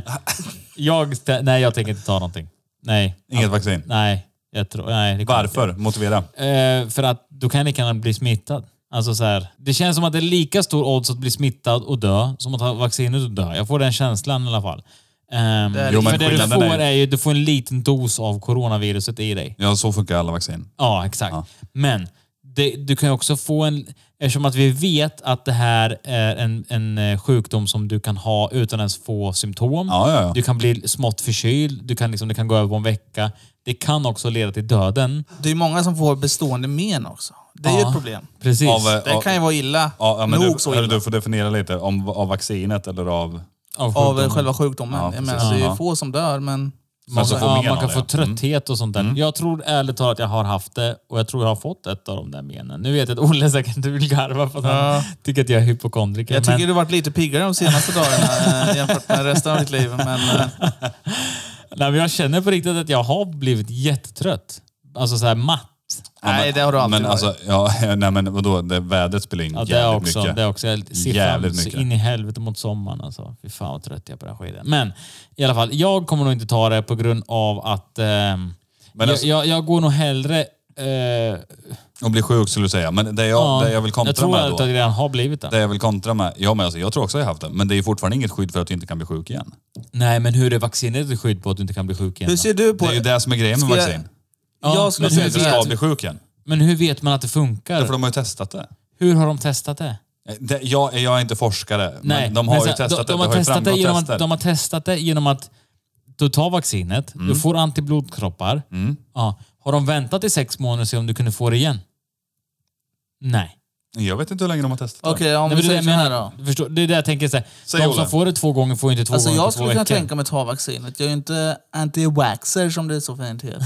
[SPEAKER 1] jag, stä- nej, jag tänker inte ta någonting. Nej,
[SPEAKER 3] Inget vaccin.
[SPEAKER 1] nej. Jag tror, nej det kommer jag inte.
[SPEAKER 3] Varför? Motivera.
[SPEAKER 1] Eh, för att du kan lika gärna bli smittad. Alltså så här, det känns som att det är lika stor odds att bli smittad och dö som att ta vaccinet och dö. Jag får den känslan i alla fall. Ehm,
[SPEAKER 4] är
[SPEAKER 3] Jo, men
[SPEAKER 1] för det du
[SPEAKER 3] skillnaden
[SPEAKER 1] får
[SPEAKER 3] är-
[SPEAKER 1] är, ju du får en liten dos av coronaviruset i dig.
[SPEAKER 3] Ja, så funkar alla vaccin.
[SPEAKER 1] Ja, exakt. Men det, du kan ju också få en... Eftersom att vi vet att det här är en, en eh, sjukdom som du kan ha utan ens få symptom.
[SPEAKER 3] Ja, ja, ja.
[SPEAKER 1] Du kan bli smått förkyld, du kan liksom, det kan gå över på en vecka. Det kan också leda till döden.
[SPEAKER 4] Det är många som får bestående men också. Det är ju ett problem.
[SPEAKER 1] Precis.
[SPEAKER 3] Av, eh,
[SPEAKER 4] Det
[SPEAKER 3] av-
[SPEAKER 4] kan ju vara illa.
[SPEAKER 3] Ja, ja, men
[SPEAKER 4] Nog
[SPEAKER 3] du,
[SPEAKER 4] så
[SPEAKER 3] eller
[SPEAKER 4] illa.
[SPEAKER 3] du får definiera lite om, av vaccinet eller av...
[SPEAKER 4] Av eh,
[SPEAKER 1] sjukdomen.
[SPEAKER 4] själva sjukdomen.
[SPEAKER 3] Ja,
[SPEAKER 4] jag
[SPEAKER 3] precis.
[SPEAKER 4] menar, det är
[SPEAKER 3] Ja.
[SPEAKER 4] ju få som dör, men...
[SPEAKER 1] Man,
[SPEAKER 3] så får
[SPEAKER 1] ja,
[SPEAKER 3] men
[SPEAKER 1] man
[SPEAKER 3] av
[SPEAKER 1] kan
[SPEAKER 3] Alltså, det. Mm.
[SPEAKER 1] få trötthet och sånt där. Jag tror ärligt talat att jag har haft det och jag tror jag har fått ett av de där menen. Nu vet jag att Olle säkert vill garva för att han tycker att jag är hypokondriker.
[SPEAKER 4] Jag tycker
[SPEAKER 1] men,
[SPEAKER 4] du varit lite piggare de senaste dagarna eh, jämfört med resten av ditt liv. Men, eh,
[SPEAKER 1] nej, men jag känner på riktigt att jag har blivit jättetrött. Alltså så här matt.
[SPEAKER 4] nej, det har du alltid
[SPEAKER 3] Men alltså, ja, nej men vadå, det, vädret spelar in
[SPEAKER 1] Ja, det
[SPEAKER 3] jävligt
[SPEAKER 1] också.
[SPEAKER 3] mycket.
[SPEAKER 1] Det också. Jag ser
[SPEAKER 3] Jävligt
[SPEAKER 1] fram så
[SPEAKER 3] mycket.
[SPEAKER 1] in i helvete mot sommaren. Alltså. Fy fan vad trött jag är på den här skiten. Men i alla fall, jag kommer nog inte ta det på grund av att ehm, jag,
[SPEAKER 3] alltså-
[SPEAKER 1] jag, jag går nog hellre... Eh,
[SPEAKER 3] Och bli sjuk skulle du säga. Men det jag, det jag vill kontra
[SPEAKER 1] jag tror
[SPEAKER 3] med
[SPEAKER 1] att
[SPEAKER 3] då.
[SPEAKER 1] jag redan har blivit det.
[SPEAKER 3] Det jag vill kontra med, ja, men alltså, jag tror också jag har haft det, men det är ju fortfarande inget skydd för att du inte kan bli sjuk igen.
[SPEAKER 1] Nej, men hur är vaccinet ett skydd på att du inte kan bli sjuk igen?
[SPEAKER 4] Hur ser du på
[SPEAKER 3] Det är ju det som är grejen med
[SPEAKER 4] Ska jag-
[SPEAKER 3] vaccin.
[SPEAKER 1] Ja,
[SPEAKER 4] Jag skulle
[SPEAKER 1] men
[SPEAKER 4] säga
[SPEAKER 1] hur
[SPEAKER 3] Du
[SPEAKER 4] så
[SPEAKER 1] vet-
[SPEAKER 3] ska
[SPEAKER 4] här.
[SPEAKER 3] bli sjuk igen.
[SPEAKER 1] Men hur vet man att det
[SPEAKER 3] Därför
[SPEAKER 1] funkar?
[SPEAKER 3] de har ju testat det.
[SPEAKER 1] Hur har de testat det?
[SPEAKER 3] Eh, det jag, jag är inte forskare,
[SPEAKER 1] Nej,
[SPEAKER 3] men de har
[SPEAKER 1] så
[SPEAKER 3] ju
[SPEAKER 1] här,
[SPEAKER 3] testat
[SPEAKER 1] de,
[SPEAKER 3] det.
[SPEAKER 1] de har
[SPEAKER 3] det
[SPEAKER 1] testat det
[SPEAKER 3] har ju
[SPEAKER 1] genom
[SPEAKER 3] framgått
[SPEAKER 1] att,
[SPEAKER 3] tester.
[SPEAKER 1] De har testat det genom att du tar vaccinet,
[SPEAKER 4] Mm.
[SPEAKER 1] du får antiblodkroppar. Ja, har de väntat i sex månader och se om du kunde få det igen? Nej.
[SPEAKER 3] Jag vet inte hur länge de har testat
[SPEAKER 4] Okej,
[SPEAKER 3] det.
[SPEAKER 4] om
[SPEAKER 1] Nej,
[SPEAKER 4] vi
[SPEAKER 1] men det, är
[SPEAKER 4] säger
[SPEAKER 1] det,
[SPEAKER 4] så
[SPEAKER 1] jag
[SPEAKER 4] här
[SPEAKER 1] menar.
[SPEAKER 4] då.
[SPEAKER 1] Du förstår, det är det jag tänker. Så här,
[SPEAKER 3] Säg,
[SPEAKER 1] de
[SPEAKER 3] Olle.
[SPEAKER 1] som får det två gånger får ju inte två
[SPEAKER 4] Alltså
[SPEAKER 1] gånger på
[SPEAKER 4] jag
[SPEAKER 1] två
[SPEAKER 4] skulle kunna
[SPEAKER 1] veckor.
[SPEAKER 4] tänka mig att ta vaccinet. Jag är ju inte anti-waxer som det så fint heter.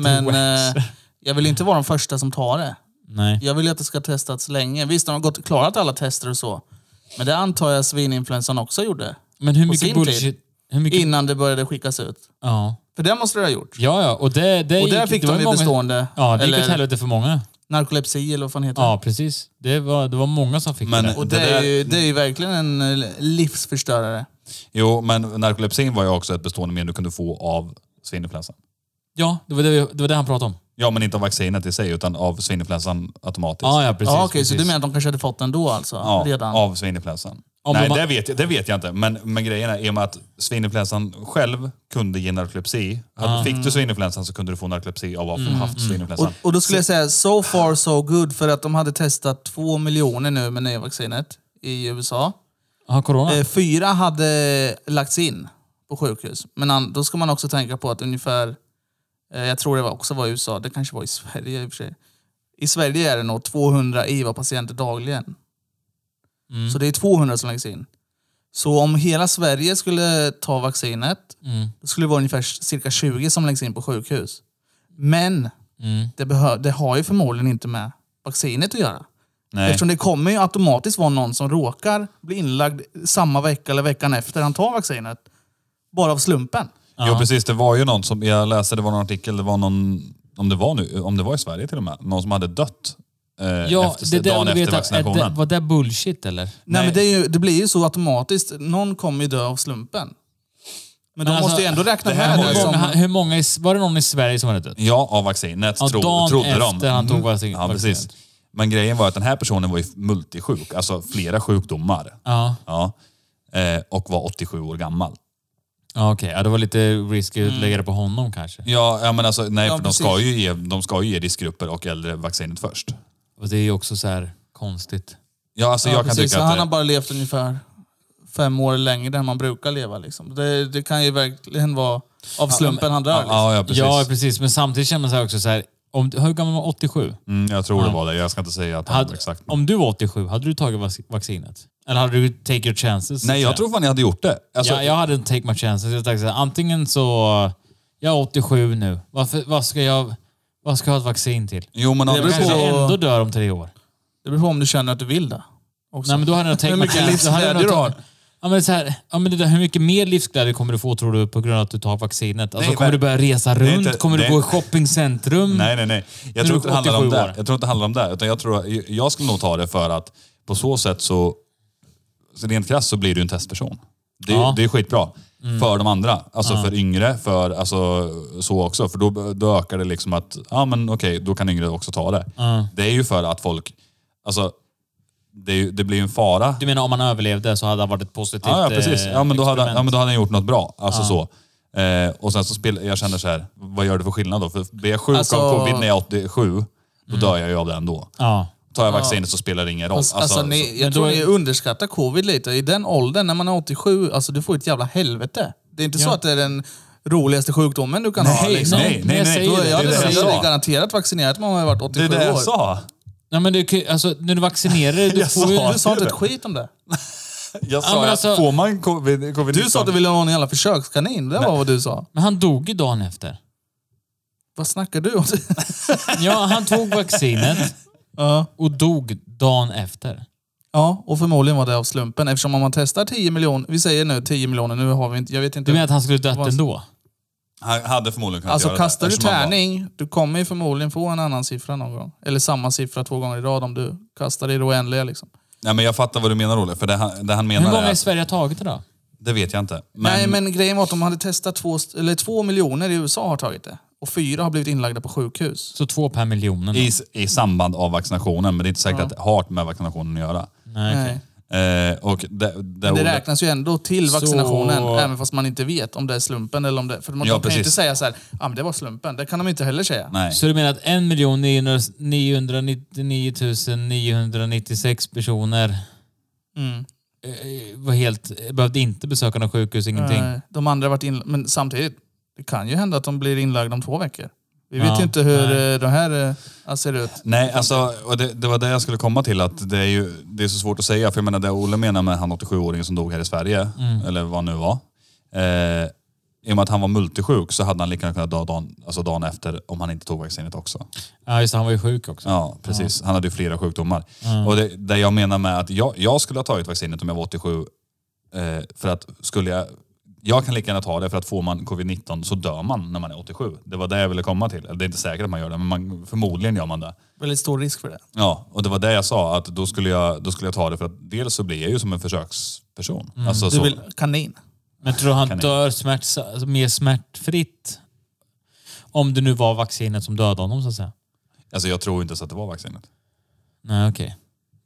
[SPEAKER 4] Men eh, jag vill inte vara den första som tar det.
[SPEAKER 1] Nej.
[SPEAKER 4] Jag vill ju att det ska testas länge. Visst, de har gått, klarat alla tester och så. Men det antar jag svininfluensan också gjorde.
[SPEAKER 1] Men hur
[SPEAKER 4] På
[SPEAKER 1] mycket
[SPEAKER 4] sin tid.
[SPEAKER 1] bullshit... Hur mycket,
[SPEAKER 4] Innan det började skickas ut.
[SPEAKER 1] ja.
[SPEAKER 4] För det måste det ha gjort.
[SPEAKER 1] ja, ja. Och, det, det
[SPEAKER 4] Och där
[SPEAKER 1] gick-
[SPEAKER 4] fick
[SPEAKER 1] det var
[SPEAKER 4] de ju
[SPEAKER 1] många-
[SPEAKER 4] bestående.
[SPEAKER 1] Ja, det gick åt
[SPEAKER 4] eller
[SPEAKER 1] helvete för många.
[SPEAKER 4] narkolepsi eller vad fan heter
[SPEAKER 1] Ja, precis. Det var, det var många som fick
[SPEAKER 3] Mm. Men-
[SPEAKER 1] det.
[SPEAKER 4] Och
[SPEAKER 3] Det
[SPEAKER 4] det, är
[SPEAKER 3] där-
[SPEAKER 4] ju, det är ju verkligen en eh, livsförstörare.
[SPEAKER 3] Jo, men narkolepsin var ju också ett bestående men du kunde få av svininfluensan.
[SPEAKER 1] Ja, det var det, vi- det var det han pratade om.
[SPEAKER 3] Ja, men inte av vaccinet i sig, utan av svininfluensan automatiskt.
[SPEAKER 1] Ja, Ah, ja, precis.
[SPEAKER 4] ja, okej, så
[SPEAKER 1] precis.
[SPEAKER 4] du menar att de kanske hade fått den då alltså?
[SPEAKER 3] Ja,
[SPEAKER 4] redan?
[SPEAKER 3] av svininfluensan.
[SPEAKER 1] Om
[SPEAKER 3] Nej,
[SPEAKER 1] de har-
[SPEAKER 3] det, vet jag, det vet jag inte. Men, men grejen är, i och med att svininfluensan själv kunde ge narkolepsi.
[SPEAKER 1] Ah.
[SPEAKER 3] Hade- Fick du svininfluensan så kunde du få narkolepsi av att
[SPEAKER 1] Mm,
[SPEAKER 3] ha haft svininfluensan.
[SPEAKER 4] Och, och då skulle jag säga so far so good för att de hade testat två miljoner nu med nya vaccinet i USA.
[SPEAKER 1] Har corona?
[SPEAKER 4] Eh, Fyra hade lagts in på sjukhus. Men an- då ska man också tänka på att ungefär, eh, jag tror det var också var i USA, det kanske var i Sverige i och för sig. I Sverige är det nog 200 IVA-patienter dagligen. Så det är 200 som läggs in. Så om hela Sverige skulle ta vaccinet, då skulle det vara ungefär cirka 20 som läggs in på sjukhus. Men det, behö- det har ju förmodligen inte med vaccinet att göra.
[SPEAKER 3] Nej.
[SPEAKER 4] Eftersom det kommer ju automatiskt vara någon som råkar bli inlagd samma vecka eller veckan efter han tar vaccinet. Bara av slumpen.
[SPEAKER 3] Jo precis, det var ju någon som, jag läste, det var någon artikel, det var någon, om det var nu, om det var i Sverige till och med, någon som hade dött eh,
[SPEAKER 1] Ja,
[SPEAKER 3] efter,
[SPEAKER 1] det där
[SPEAKER 3] dagen
[SPEAKER 1] du
[SPEAKER 3] efter
[SPEAKER 1] vet att, att, det-
[SPEAKER 3] vaccinationen.
[SPEAKER 1] var det bullshit eller?
[SPEAKER 4] Nej,
[SPEAKER 3] Nej.
[SPEAKER 4] men det, är ju, det blir ju så automatiskt. Någon kommer ju dö av slumpen. Men de
[SPEAKER 1] alltså,
[SPEAKER 4] måste ju ändå räkna
[SPEAKER 3] det här
[SPEAKER 4] med
[SPEAKER 3] var
[SPEAKER 4] det.
[SPEAKER 3] ju-
[SPEAKER 1] Hur
[SPEAKER 4] Som,
[SPEAKER 1] många, hur många i, var det någon i Sverige som hade dött?
[SPEAKER 3] Ja, av vaccinet
[SPEAKER 1] Ja,
[SPEAKER 3] tro,
[SPEAKER 1] dagen
[SPEAKER 3] trodde de.
[SPEAKER 1] efter han tog
[SPEAKER 3] Mm.
[SPEAKER 1] vaccin-
[SPEAKER 3] Ja, precis.
[SPEAKER 1] vaccinet.
[SPEAKER 3] Men grejen var att den här personen var ju multisjuk, alltså flera sjukdomar.
[SPEAKER 1] Ja,
[SPEAKER 3] Ja. Eh, och var 87 år gammal.
[SPEAKER 1] ja okej. Ja, det var lite risky att
[SPEAKER 3] Mm.
[SPEAKER 1] lägga det på honom kanske.
[SPEAKER 3] Ja, ja men alltså, nej,
[SPEAKER 4] Ja,
[SPEAKER 3] för de
[SPEAKER 4] precis.
[SPEAKER 3] ska, ju ge, de ska ju ge riskgrupper och äldre vaccinet först.
[SPEAKER 1] Och det är ju också så här konstigt.
[SPEAKER 3] Ja, alltså,
[SPEAKER 4] ja,
[SPEAKER 3] jag kan
[SPEAKER 4] precis,
[SPEAKER 3] tycka att
[SPEAKER 4] han
[SPEAKER 3] det,
[SPEAKER 4] har bara levt ungefär fem år längre än man brukar leva. Liksom. Det, det kan ju verkligen vara av slumpen han dör. Liksom.
[SPEAKER 3] ja, ja, precis.
[SPEAKER 1] Ja, precis. Men samtidigt känner man sig också så här. Om, hur gammal var 87?
[SPEAKER 3] Mm, jag tror det var det. Jag ska inte säga att han
[SPEAKER 1] Hade,
[SPEAKER 3] exakt.
[SPEAKER 1] Om du var 87, hade du tagit vac- vaccinet? Eller hade du take your chances?
[SPEAKER 3] Nej, jag tror fan jag hade gjort det. Alltså,
[SPEAKER 1] ja, jag hade inte take my chances. Jag tänkte så här, antingen så... Jag är 87 nu. Varför, vad, ska jag, vad ska jag ha ett vaccin till?
[SPEAKER 3] Jo, men
[SPEAKER 4] Det
[SPEAKER 3] om-
[SPEAKER 4] beror
[SPEAKER 1] Kanske
[SPEAKER 4] på-
[SPEAKER 1] jag ändå dör om tre år.
[SPEAKER 4] Det beror på om du känner att du vill det. Också.
[SPEAKER 1] Nej, men då hade jag
[SPEAKER 4] Hur
[SPEAKER 1] tänkt mig
[SPEAKER 4] mycket livsglädje du har.
[SPEAKER 1] Ja, men så här, ja, men det där, hur mycket mer livsglädje kommer du få tror du på grund av att du tar vaccinet? Alltså,
[SPEAKER 3] Nej,
[SPEAKER 1] kommer
[SPEAKER 3] men-
[SPEAKER 1] du börja resa
[SPEAKER 3] är
[SPEAKER 1] runt?
[SPEAKER 3] inte-
[SPEAKER 1] kommer
[SPEAKER 3] det
[SPEAKER 1] du
[SPEAKER 3] är-
[SPEAKER 1] gå i shoppingcentrum?
[SPEAKER 3] Nej, nej, nej. Jag
[SPEAKER 1] du
[SPEAKER 3] tror, inte det handlar om
[SPEAKER 1] 87
[SPEAKER 3] det.
[SPEAKER 1] år.
[SPEAKER 3] jag tror inte det handlar om det. Utan jag, tror, jag skulle nog ta det för att på så sätt så, så rent krasst så blir du en testperson. Det, är-
[SPEAKER 1] Ja. Mm.
[SPEAKER 3] det är skitbra. För de andra. Alltså för yngre. För, alltså, så också. För då, då ökar det liksom att, ja men okej, då kan yngre också ta det. Det är ju för att folk, alltså det, är ju- det blir ju en fara.
[SPEAKER 1] Du menar om man överlevde så hade det varit ett positivt
[SPEAKER 3] Ja, ja precis.
[SPEAKER 1] eh,
[SPEAKER 3] Ja men, då hade,
[SPEAKER 1] experiment.
[SPEAKER 3] ja, men då hade han gjort något bra. Alltså så. Eh, och sen så spel, jag känner så här, vad gör det för skillnad då? För blir jag sjuk
[SPEAKER 4] Alltså-
[SPEAKER 3] av covid när jag är 87, då dör jag ju av det ändå.
[SPEAKER 1] Ja.
[SPEAKER 3] Tar jag vaccinet så spelar det ingen roll.
[SPEAKER 4] Alltså, alltså, ni,
[SPEAKER 1] men
[SPEAKER 4] jag tror
[SPEAKER 1] då är-
[SPEAKER 4] ni underskattar covid lite. I den åldern, när man är 87, alltså du får ett jävla helvete. Det är inte så att det är den roligaste sjukdomen du kan ha.
[SPEAKER 3] nej,
[SPEAKER 4] Liksom.
[SPEAKER 1] nej,
[SPEAKER 3] nej,
[SPEAKER 1] men
[SPEAKER 3] nej,
[SPEAKER 1] jag
[SPEAKER 3] nej.
[SPEAKER 1] säger
[SPEAKER 3] Då är
[SPEAKER 1] det.
[SPEAKER 3] jag
[SPEAKER 4] Jag
[SPEAKER 3] det,
[SPEAKER 1] det
[SPEAKER 4] hade
[SPEAKER 3] jag
[SPEAKER 1] säger
[SPEAKER 4] jag
[SPEAKER 3] sa.
[SPEAKER 4] garanterat vaccinerat mig om jag varit
[SPEAKER 3] Det
[SPEAKER 4] 87
[SPEAKER 3] är det jag
[SPEAKER 4] år.
[SPEAKER 3] sa.
[SPEAKER 1] Nej, men du, kan ju- alltså, när du vaccinerar dig, du
[SPEAKER 3] Jag
[SPEAKER 1] får
[SPEAKER 3] sa
[SPEAKER 1] ju...
[SPEAKER 4] Du sa inte ett skit om det.
[SPEAKER 3] Jag
[SPEAKER 1] Ja,
[SPEAKER 3] sa
[SPEAKER 1] men
[SPEAKER 3] att
[SPEAKER 1] alltså-
[SPEAKER 3] får man covid, covid-19?
[SPEAKER 4] Du sa att du ville ha en jävla försökskanin. Det var vad du sa.
[SPEAKER 1] Men han dog ju dagen efter.
[SPEAKER 4] Vad snackar du om?
[SPEAKER 1] Ja, han tog vaccinet
[SPEAKER 4] ja.
[SPEAKER 1] och dog dagen efter.
[SPEAKER 4] ja, och förmodligen var det av slumpen. Eftersom om man testar 10 miljoner, vi säger nu 10 miljoner, nu har vi inte, jag vet inte.
[SPEAKER 1] Du menar att han skulle dött
[SPEAKER 4] Vad-
[SPEAKER 1] ändå?
[SPEAKER 3] Han hade förmodligen kunnat
[SPEAKER 4] alltså
[SPEAKER 3] göra
[SPEAKER 4] kastar
[SPEAKER 3] det.
[SPEAKER 4] du
[SPEAKER 3] eftersom han var-
[SPEAKER 4] tärning, du kommer ju förmodligen få en annan siffra någon gång. Eller samma siffra två gånger i rad om du kastar i det oändliga liksom.
[SPEAKER 3] Nej men jag fattar vad du menar Olle, för det han, det han
[SPEAKER 1] Hur
[SPEAKER 3] menar
[SPEAKER 1] många
[SPEAKER 3] är...
[SPEAKER 1] i Sverige har tagit det då?
[SPEAKER 3] Det vet jag inte. Men,
[SPEAKER 4] Nej, men grejen var att de hade testat två, st- eller två miljoner i USA har tagit det. Och fyra har blivit inlagda på sjukhus.
[SPEAKER 1] Så två per miljonen? då?
[SPEAKER 3] I, I samband av vaccinationen, men det är inte säkert att det har med vaccinationen att göra.
[SPEAKER 1] Nej, okej.
[SPEAKER 4] Nej.
[SPEAKER 3] Eh, och det, det,
[SPEAKER 4] Det
[SPEAKER 3] ordet-
[SPEAKER 4] räknas ju ändå till vaccinationen,
[SPEAKER 1] Så-
[SPEAKER 4] även fast man inte vet om det är slumpen eller om det... För man
[SPEAKER 3] Ja,
[SPEAKER 4] de kan ju inte
[SPEAKER 3] precis.
[SPEAKER 4] säga så här, ah, men det var slumpen. Det kan de inte heller säga.
[SPEAKER 3] Nej.
[SPEAKER 1] Så du menar att 1 999 996 personer
[SPEAKER 4] Mm.
[SPEAKER 1] eh, var helt, behövde inte besöka något sjukhus, ingenting?
[SPEAKER 4] Eh, De andra har varit inlagda, men samtidigt, det kan ju hända att de blir inlagda om två veckor. Vi vet
[SPEAKER 1] Ja,
[SPEAKER 4] ju inte hur nej. det här eh, ser ut.
[SPEAKER 3] Nej, alltså, och det, det var det jag skulle komma till. Att det, är ju, det är så svårt att säga. För jag menar, det Olle menar med han 87-åringen som dog här i Sverige, eller vad han nu var. Eh, I och med att han var multisjuk så hade han lika gärna kunnat dö dagen, alltså dagen efter om han inte tog vaccinet också.
[SPEAKER 1] Ja, just det, han var ju sjuk också.
[SPEAKER 3] Ja, precis. Han hade ju flera sjukdomar.
[SPEAKER 1] Mm.
[SPEAKER 3] Och det, det jag menar med att jag, jag skulle ha tagit vaccinet om jag var 87. Eh, för att skulle jag... Jag kan lika gärna ta det för att får man covid-19 så dör man när man är 87. Det var det jag ville komma till. Eller Det är inte säkert att man gör det, men man, förmodligen gör man det.
[SPEAKER 4] Väldigt stor risk för det.
[SPEAKER 3] Ja, och det var det jag sa, att då skulle jag, då skulle jag ta det för att dels så blir jag ju som en försöksperson.
[SPEAKER 1] Mm.
[SPEAKER 3] Alltså,
[SPEAKER 4] Du
[SPEAKER 3] så,
[SPEAKER 4] vill, kanin.
[SPEAKER 1] Men tror du han
[SPEAKER 3] Kanin.
[SPEAKER 1] dör smärts, alltså, mer smärtfritt? Om det nu var vaccinet som dödade honom så att säga.
[SPEAKER 3] alltså jag tror inte ens att det var vaccinet.
[SPEAKER 1] Nej, okej.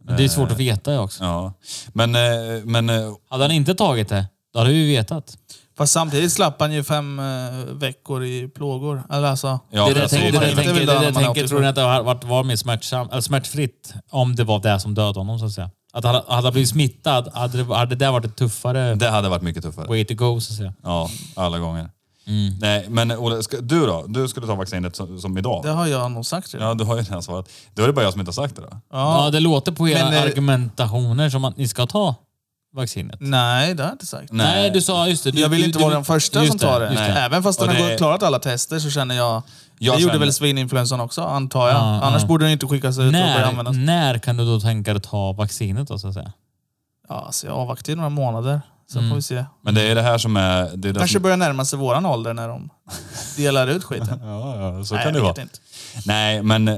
[SPEAKER 1] Men Det är svårt att veta också.
[SPEAKER 3] Ja. Men, eh, men eh,
[SPEAKER 1] Hade han inte tagit det, då hade vi ju vetat.
[SPEAKER 4] Fast samtidigt slapp han ju fem eh, veckor i plågor. Eller alltså,
[SPEAKER 3] ja,
[SPEAKER 1] det där
[SPEAKER 3] alltså,
[SPEAKER 1] tänker, det där
[SPEAKER 4] inte
[SPEAKER 1] tänker, det
[SPEAKER 4] vill döda
[SPEAKER 1] där
[SPEAKER 4] när man är
[SPEAKER 1] tänker
[SPEAKER 4] 87.
[SPEAKER 1] tror ni att det hade varit, varit mer smärtsam, eller smärtfritt om det var det som dödade honom så att säga? Att han hade han blivit smittad, hade det, hade det varit ett tuffare
[SPEAKER 3] det hade varit mycket tuffare.
[SPEAKER 1] way to go så att säga?
[SPEAKER 3] Ja, alla gånger.
[SPEAKER 4] Mm.
[SPEAKER 3] Nej, men Olle, ska, du då? Du skulle ta vaccinet som, som idag.
[SPEAKER 4] det har jag nog sagt redan.
[SPEAKER 3] Ja, du har ju redan svarat. Då är det bara jag som inte har sagt det då.
[SPEAKER 1] Ja, det låter på era
[SPEAKER 4] Men, eh,
[SPEAKER 1] argumentationer som att ni ska ta. vaccinet?
[SPEAKER 4] Nej, det har jag inte sagt.
[SPEAKER 1] Nej, du sa just det. Du,
[SPEAKER 4] jag vill
[SPEAKER 1] du,
[SPEAKER 4] inte
[SPEAKER 1] du,
[SPEAKER 4] vara den första
[SPEAKER 1] just
[SPEAKER 4] som tar det.
[SPEAKER 1] just
[SPEAKER 4] Även fast
[SPEAKER 3] Och
[SPEAKER 4] den har
[SPEAKER 3] det-
[SPEAKER 4] gått- klarat alla tester så känner jag...
[SPEAKER 3] Jag
[SPEAKER 4] det gjorde
[SPEAKER 3] känner-
[SPEAKER 4] väl svininfluensan också, antar jag. Annars borde den inte skickas ut och börja
[SPEAKER 1] När,
[SPEAKER 4] användas.
[SPEAKER 3] Mm.
[SPEAKER 1] när kan du då tänka dig att ta vaccinet då, så att säga?
[SPEAKER 4] Ja, alltså jag avvaktar ju några månader, sen
[SPEAKER 3] Mm.
[SPEAKER 4] får vi se.
[SPEAKER 3] Men det är det här som är... Det är det
[SPEAKER 4] Kanske
[SPEAKER 3] som,
[SPEAKER 4] börjar närma sig våran ålder när de delar ut skiten.
[SPEAKER 3] ja, ja, så
[SPEAKER 4] Nej,
[SPEAKER 3] kan det
[SPEAKER 4] jag
[SPEAKER 3] vara.
[SPEAKER 4] vet inte.
[SPEAKER 3] Nej, men eh,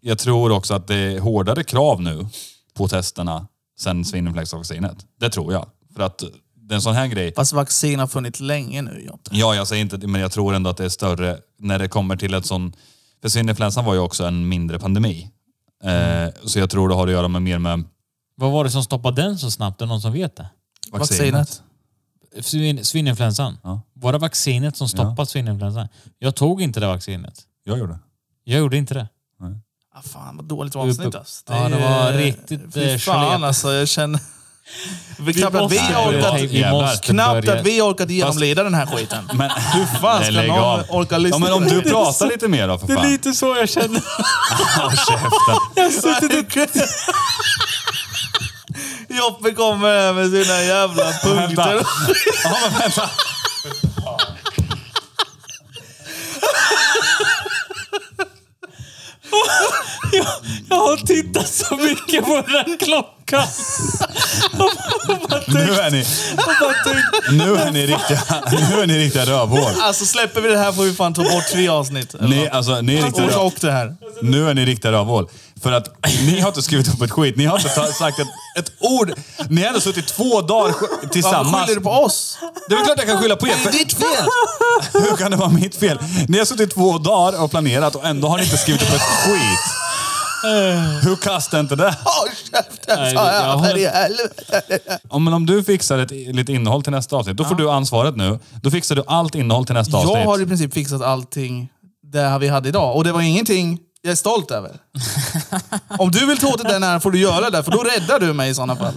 [SPEAKER 3] jag tror också att det är hårdare krav nu på testerna sen svininfluensavaccinet. Det tror jag. För att det är en sån här grej.
[SPEAKER 4] Fast vaccin har funnits länge nu, Jonte.
[SPEAKER 3] Ja, jag säger inte det, men jag tror ändå att det är större när det kommer till ett sån... För svininfluensan var ju också en mindre pandemi.
[SPEAKER 4] Mm.
[SPEAKER 3] Eh, så jag tror det har att göra med mer med
[SPEAKER 1] Vad var det som stoppade den så snabbt? Är det någon som vet det?
[SPEAKER 3] vaccinet.
[SPEAKER 4] Vaccinet.
[SPEAKER 1] Svin, svininfluensan?
[SPEAKER 3] Ja.
[SPEAKER 1] Var det vaccinet som stoppade svininfluensan? Jag tog inte det vaccinet.
[SPEAKER 3] Jag gjorde.
[SPEAKER 1] Jag gjorde inte det.
[SPEAKER 4] Ah, fan vad dåligt avsnitt alltså.
[SPEAKER 1] Ja, det var
[SPEAKER 4] är-
[SPEAKER 1] riktigt, eh,
[SPEAKER 4] Fy fan
[SPEAKER 1] gelet.
[SPEAKER 4] alltså, jag känner... Vi knappt att vi
[SPEAKER 1] måste-
[SPEAKER 4] har orkat,
[SPEAKER 1] Vi
[SPEAKER 3] Jävlar.
[SPEAKER 1] måste
[SPEAKER 4] knappt
[SPEAKER 1] börja-
[SPEAKER 4] att vi har orkat genomlida den här skiten.
[SPEAKER 3] Men
[SPEAKER 4] Hur fan ska
[SPEAKER 3] lägg
[SPEAKER 4] någon
[SPEAKER 3] av.
[SPEAKER 4] orka lyssna
[SPEAKER 3] Ja, men om
[SPEAKER 4] på
[SPEAKER 3] du
[SPEAKER 4] det?
[SPEAKER 3] pratar lite mer då för
[SPEAKER 1] Det är
[SPEAKER 3] fan.
[SPEAKER 1] lite så jag känner.
[SPEAKER 3] Håll käften.
[SPEAKER 4] Joppe kommer här med sina jävla punkter.
[SPEAKER 1] Jag har tittat så mycket på den här klockan.
[SPEAKER 3] Nu är ni, nu är ni riktiga, nu är ni riktiga rövhål.
[SPEAKER 4] Typ, Alltså släpper vi det här får vi fan ta bort tre avsnitt.
[SPEAKER 3] Ni, alltså, ni är riktiga
[SPEAKER 4] Och
[SPEAKER 3] röv-
[SPEAKER 4] och det här.
[SPEAKER 3] Nu är ni riktiga rövhål. För att ni har inte skrivit upp ett skit. Ni har inte ta- sagt ett, ett ord. Ni har ändå suttit två dagar sj-
[SPEAKER 4] Varför
[SPEAKER 3] tillsammans.
[SPEAKER 4] skyller du på oss?
[SPEAKER 3] Det är väl klart jag kan skylla på er.
[SPEAKER 4] Det
[SPEAKER 3] För
[SPEAKER 4] är ditt fel!
[SPEAKER 3] hur kan det vara mitt fel? Ni har suttit två dagar och planerat och ändå har ni inte skrivit upp ett skit. Hur kastar inte det?
[SPEAKER 4] Håll käften
[SPEAKER 1] Nej,
[SPEAKER 4] sa
[SPEAKER 1] jag
[SPEAKER 4] jag.
[SPEAKER 1] håller-
[SPEAKER 4] För i helvete.
[SPEAKER 3] Ja, men om du fixar ett, lite innehåll till nästa avsnitt, då får du ansvaret nu. Då fixar du allt innehåll till nästa avsnitt.
[SPEAKER 4] Jag har i princip fixat allting det här vi hade idag. Och det var ingenting jag är stolt över. Om du vill ta åt dig den här får du göra det, för då räddar du mig i sådana fall.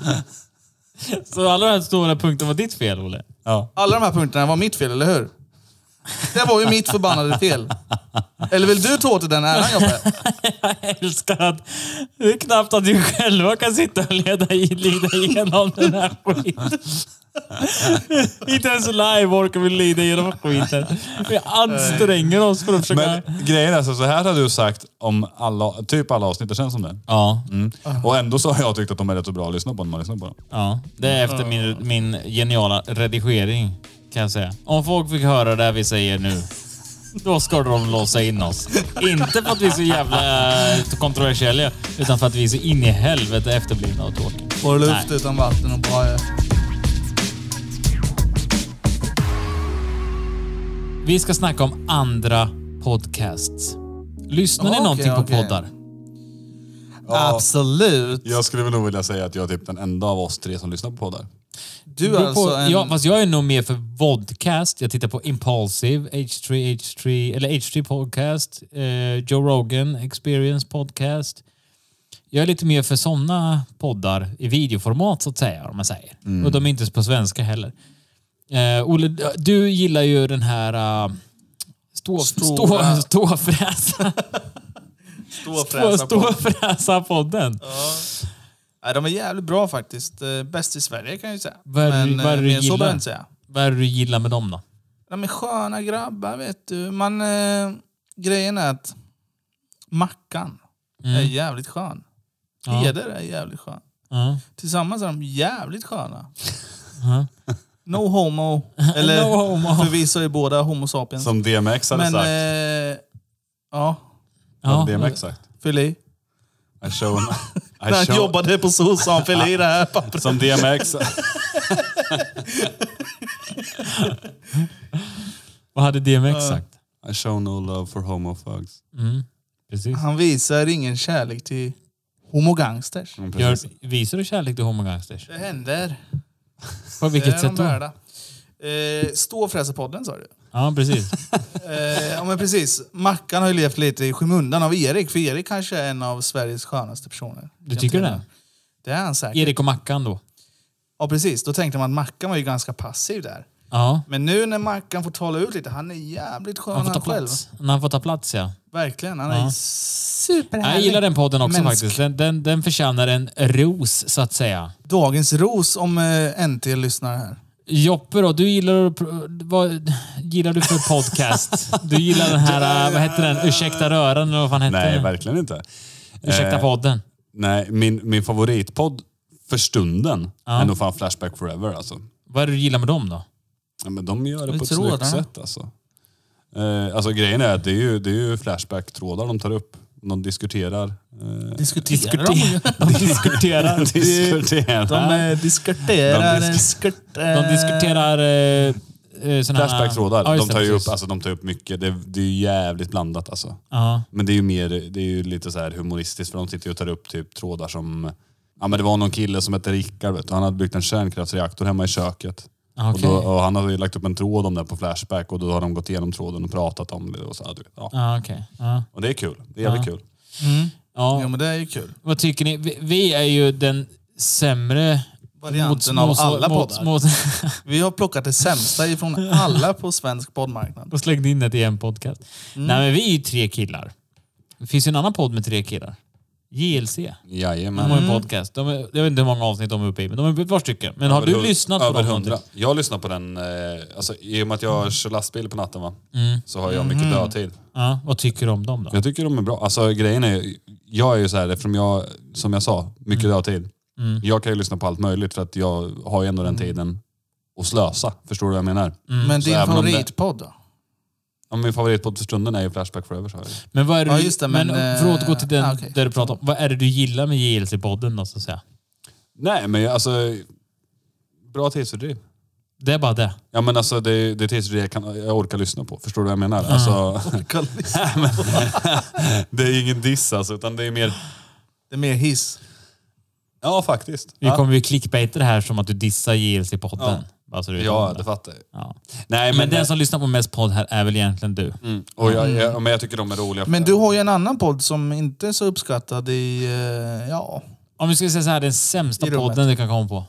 [SPEAKER 1] Så alla de här stora punkterna var ditt fel, Olle?
[SPEAKER 3] Ja.
[SPEAKER 4] Alla de här punkterna var mitt fel, eller hur? Det var ju mitt förbannade fel. Eller vill du ta åt dig den äran, Joppe?
[SPEAKER 1] Jag älskar att det är knappt att vi själva kan sitta och leda i, lida igenom den här skiten. Inte ens live orkar vi lida igenom skiten. Vi anstränger oss för att försöka...
[SPEAKER 3] Men grejen är alltså, så här har du sagt om alla, typ alla avsnitt, det känns som det. Mm.
[SPEAKER 1] ja,
[SPEAKER 3] Och ändå så har jag tyckt att de är rätt så bra att lyssna på när man lyssnar på dem.
[SPEAKER 1] ja, det är efter min, min geniala redigering kan jag säga. Om folk fick höra det vi säger nu, då ska de låsa in oss. Inte för att vi är så jävla eh, kontroversiella, utan för att vi är så in i helvete efterblivna och tråkiga.
[SPEAKER 4] Bara luft
[SPEAKER 1] Nej.
[SPEAKER 4] utan vatten och bara...
[SPEAKER 1] Vi ska snacka om andra podcasts. Lyssnar ni
[SPEAKER 4] Okej,
[SPEAKER 1] någonting på
[SPEAKER 4] okej.
[SPEAKER 1] poddar?
[SPEAKER 4] Absolut.
[SPEAKER 3] Jag skulle väl nog vilja säga att jag är typ den enda av oss tre som lyssnar på poddar.
[SPEAKER 4] Du är
[SPEAKER 1] Beror
[SPEAKER 4] alltså
[SPEAKER 1] på,
[SPEAKER 4] en...
[SPEAKER 1] ja, fast jag är nog mer för vodcast. Jag tittar på Impulsive, H3, H3, eller H3 Podcast, eh, Joe Rogan Experience Podcast. Jag är lite mer för sådana poddar i videoformat så att säga, om man säger. Och de är inte på svenska heller. Eh, Olle, du gillar ju den här uh, stå,
[SPEAKER 4] Stora-
[SPEAKER 1] stå, ståfräsa, stå,
[SPEAKER 4] Ståfräsa på.
[SPEAKER 1] ståfräsa-podden.
[SPEAKER 4] Nej, de är jävligt bra faktiskt. Eh, Bäst i Sverige kan jag ju säga.
[SPEAKER 1] Vad är det-
[SPEAKER 4] Men eh,
[SPEAKER 1] vad är det du
[SPEAKER 4] mer så
[SPEAKER 1] gillar?
[SPEAKER 4] behöver jag inte säga.
[SPEAKER 1] Vad är det du gillar med dem då?
[SPEAKER 4] De är sköna grabbar vet du. Man, eh, grejen är att Mackan är jävligt skön.
[SPEAKER 1] Mm. Ja.
[SPEAKER 4] Heder är jävligt skön.
[SPEAKER 1] Ja.
[SPEAKER 4] Tillsammans är de jävligt sköna.
[SPEAKER 1] Ja.
[SPEAKER 4] No homo. Eller
[SPEAKER 1] No homo.
[SPEAKER 4] förvisso är båda homo sapiens.
[SPEAKER 3] Som DMX hade
[SPEAKER 4] Men,
[SPEAKER 3] sagt.
[SPEAKER 4] eh, ja,
[SPEAKER 3] Vad
[SPEAKER 1] Ja.
[SPEAKER 3] DMX sagt.
[SPEAKER 4] fyll i.
[SPEAKER 3] I show... I
[SPEAKER 4] När han
[SPEAKER 3] show
[SPEAKER 4] jobbade på SOS sa han fyll i det här pappret.
[SPEAKER 3] Som DMX.
[SPEAKER 1] Vad hade DMX sagt?
[SPEAKER 3] I show no love for homofugs.
[SPEAKER 1] Precis.
[SPEAKER 4] Han visar ingen kärlek till homogangsters.
[SPEAKER 3] Mm,
[SPEAKER 1] Gör,
[SPEAKER 3] precis.
[SPEAKER 1] visar du kärlek till homogangsters?
[SPEAKER 4] Det händer.
[SPEAKER 1] På
[SPEAKER 4] det
[SPEAKER 1] vilket
[SPEAKER 4] är
[SPEAKER 1] sätt
[SPEAKER 4] de
[SPEAKER 1] då?
[SPEAKER 4] värda. Eh, Ståfräsarpodden sa du.
[SPEAKER 1] Ja, precis.
[SPEAKER 4] Eh, ja men precis. Mackan har ju levt lite i skymundan av Erik, för Erik kanske är en av Sveriges skönaste personer.
[SPEAKER 1] Du tycker det?
[SPEAKER 4] Det är han säkert.
[SPEAKER 1] Erik och Mackan då?
[SPEAKER 4] Ja precis, då tänkte man att Mackan var ju ganska passiv där.
[SPEAKER 1] Ja.
[SPEAKER 4] Men nu när Mackan får tala ut lite, han är jävligt skön
[SPEAKER 1] Han får ta
[SPEAKER 4] han själv.
[SPEAKER 1] plats. När han får ta plats, ja.
[SPEAKER 4] Verkligen, han är superhärlig.
[SPEAKER 1] Jag gillar den podden också
[SPEAKER 4] Mänsk.
[SPEAKER 1] faktiskt. Den, den, den förtjänar en ros, så att säga.
[SPEAKER 4] Dagens ros om eh, NT lyssnar här.
[SPEAKER 1] Joppe då, du gillar att pr- vad gillar du för podcast? Du gillar den här, eh, vad hette den? Ursäkta röran eller vad fan hette
[SPEAKER 3] Nej,
[SPEAKER 1] den?
[SPEAKER 3] verkligen inte.
[SPEAKER 1] Ursäkta
[SPEAKER 3] Eh,
[SPEAKER 1] podden.
[SPEAKER 3] Nej, min, min favoritpodd för stunden är nog fan Flashback Forever alltså.
[SPEAKER 1] Vad är det du gillar med dem då?
[SPEAKER 3] Ja, men de gör det
[SPEAKER 4] Vi
[SPEAKER 3] på ett
[SPEAKER 4] trådar.
[SPEAKER 3] snyggt sätt alltså. Eh, alltså grejen är att det är ju, det är ju Flashback-trådar de tar upp. De diskuterar. Eh,
[SPEAKER 4] Diskuterar de?
[SPEAKER 1] Diskuterar. De diskuterar.
[SPEAKER 3] diskuterar.
[SPEAKER 4] De eh,
[SPEAKER 3] De
[SPEAKER 4] diskuterar,
[SPEAKER 3] disk-
[SPEAKER 4] diskuterar.
[SPEAKER 1] De diskuterar eh, eh, såna här...
[SPEAKER 3] Flashback-trådar.
[SPEAKER 1] Ja, just
[SPEAKER 3] de,
[SPEAKER 1] det,
[SPEAKER 3] tar ju upp,
[SPEAKER 1] precis.
[SPEAKER 3] alltså, de tar upp mycket. Det, det är ju jävligt blandat alltså.
[SPEAKER 1] Ja.
[SPEAKER 3] Men det är ju mer, det är ju lite så här humoristiskt för de sitter ju och tar upp typ trådar som... Ja men det var någon kille som hette Rickard vet du. Han hade byggt en kärnkraftsreaktor hemma i köket.
[SPEAKER 1] Ah, okej.
[SPEAKER 3] Och, då, och han hade ju lagt upp en tråd om det på Flashback och då har de gått igenom tråden och pratat om det. Och, så, ja, du vet, ja.
[SPEAKER 1] Ja, Ah, okej. Ja.
[SPEAKER 3] och det är kul. Det är jävligt kul.
[SPEAKER 1] Ja.
[SPEAKER 4] Ja, men det är ju kul.
[SPEAKER 1] Vad tycker ni? Vi, vi är ju den sämre...
[SPEAKER 4] Varianten av alla poddar.
[SPEAKER 1] Mot,
[SPEAKER 4] Vi har plockat det sämsta ifrån alla på svensk poddmarknad.
[SPEAKER 1] och slängde in det i en podcast.
[SPEAKER 4] Mm.
[SPEAKER 1] Nej, men vi är ju tre killar. Det finns ju en annan podd med tre killar. JLC.
[SPEAKER 3] Jajamän.
[SPEAKER 1] De har en
[SPEAKER 4] Mm.
[SPEAKER 1] podcast. De är, jag vet inte hur många avsnitt de är uppe i, men de är ett par stycken. Men har
[SPEAKER 3] Över
[SPEAKER 1] du
[SPEAKER 3] hund-
[SPEAKER 1] lyssnat på
[SPEAKER 3] över
[SPEAKER 1] dem?
[SPEAKER 3] hundra.
[SPEAKER 1] någonting?
[SPEAKER 3] Jag lyssnar på den, eh, alltså, i och med att jag kör lastbil på natten va, så har jag mycket dödtid.
[SPEAKER 1] Mm. Ja, vad tycker du om dem då?
[SPEAKER 3] Jag tycker de är bra. Alltså grejen är, jag är ju så här, eftersom jag, som jag sa, mycket
[SPEAKER 1] Mm.
[SPEAKER 3] dödtid. Jag kan ju lyssna på allt möjligt för att jag har ju ändå
[SPEAKER 1] Mm.
[SPEAKER 3] den tiden att slösa. Förstår du vad jag menar?
[SPEAKER 4] Men din
[SPEAKER 3] även om det-
[SPEAKER 4] favoritpodd då?
[SPEAKER 3] Ja, min favoritpodd för stunden är ju Flashback Forever. Så har jag. ju.
[SPEAKER 1] Men vad är det
[SPEAKER 4] Ja,
[SPEAKER 1] du-
[SPEAKER 4] just det,
[SPEAKER 1] men,
[SPEAKER 4] men, eh,
[SPEAKER 1] för att återgå till den
[SPEAKER 4] ah, okej.
[SPEAKER 1] där du pratade om. Vad är det du gillar med JLC-podden då, så att säga?
[SPEAKER 3] Nej, men jag- alltså, bra tidsfördriv.
[SPEAKER 1] Det är bara det.
[SPEAKER 3] Ja men alltså det, det är tidsfördriv jag, kan, jag orkar lyssna på. Förstår du vad jag menar? Alltså, det är ingen diss alltså, utan det är mer,
[SPEAKER 4] Det är mer hiss.
[SPEAKER 3] ja faktiskt.
[SPEAKER 1] Vi kommer ju clickbaita det här som att du dissar JLC-podden. Bara så du vet
[SPEAKER 3] Ja,
[SPEAKER 1] om
[SPEAKER 3] det fattar jag.
[SPEAKER 1] Ja.
[SPEAKER 3] Nej,
[SPEAKER 1] Men,
[SPEAKER 3] men,
[SPEAKER 1] den som lyssnar på mest podd här är väl egentligen du?
[SPEAKER 3] Mm. Och jag, jag, men jag tycker de är roliga.
[SPEAKER 4] Men du har ju en annan podd som inte är så uppskattad i... eh, Ja.
[SPEAKER 1] Om vi ska säga så här, den sämsta
[SPEAKER 4] I rummet.
[SPEAKER 1] podden du kan komma på.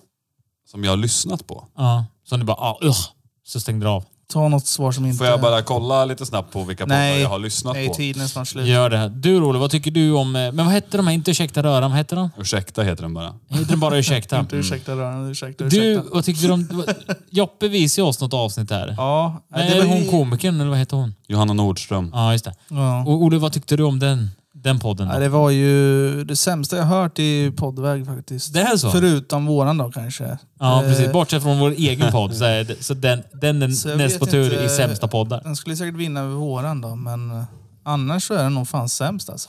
[SPEAKER 3] Som jag har lyssnat på.
[SPEAKER 1] Ja. Som du bara, ah, ugh, så stängde du av.
[SPEAKER 4] Ta något svar som inte...
[SPEAKER 3] Får jag bara kolla lite snabbt på vilka poddar
[SPEAKER 4] Nej.
[SPEAKER 3] jag har lyssnat
[SPEAKER 4] Nej,
[SPEAKER 3] på?
[SPEAKER 4] tiden är snart slut.
[SPEAKER 1] Gör det. här. Du Rolle, vad tycker du om... eh, Men vad hette de här? Inte Ursäkta Röran, vad hette de?
[SPEAKER 3] Ursäkta heter den bara.
[SPEAKER 1] Heter de bara Ursäkta?
[SPEAKER 4] Inte ursäkta röran, ursäkta,
[SPEAKER 1] Mm. Du,
[SPEAKER 4] ursäkta.
[SPEAKER 1] vad tyckte du om... vad- Joppe visade ju oss något avsnitt här.
[SPEAKER 4] Ja,
[SPEAKER 1] Nej,
[SPEAKER 4] det var ju-
[SPEAKER 1] hon komikern, eller vad hette hon?
[SPEAKER 3] Johanna Nordström.
[SPEAKER 1] Ja, just det.
[SPEAKER 4] Ja.
[SPEAKER 1] Och Olle, vad tyckte du om den, den podden?
[SPEAKER 4] Ja,
[SPEAKER 1] Då?
[SPEAKER 4] det var ju det sämsta jag hört i poddväg faktiskt.
[SPEAKER 1] Det är så?
[SPEAKER 4] Förutom våran då kanske.
[SPEAKER 1] Ja,
[SPEAKER 4] Eh,
[SPEAKER 1] precis. Bortsett från vår egen podd så, är det, så den, den är
[SPEAKER 4] Så jag
[SPEAKER 1] näst
[SPEAKER 4] vet
[SPEAKER 1] på tur
[SPEAKER 4] inte-
[SPEAKER 1] i sämsta poddar.
[SPEAKER 4] Den skulle säkert vinna över våran då, men eh, annars så är den nog fan sämst alltså.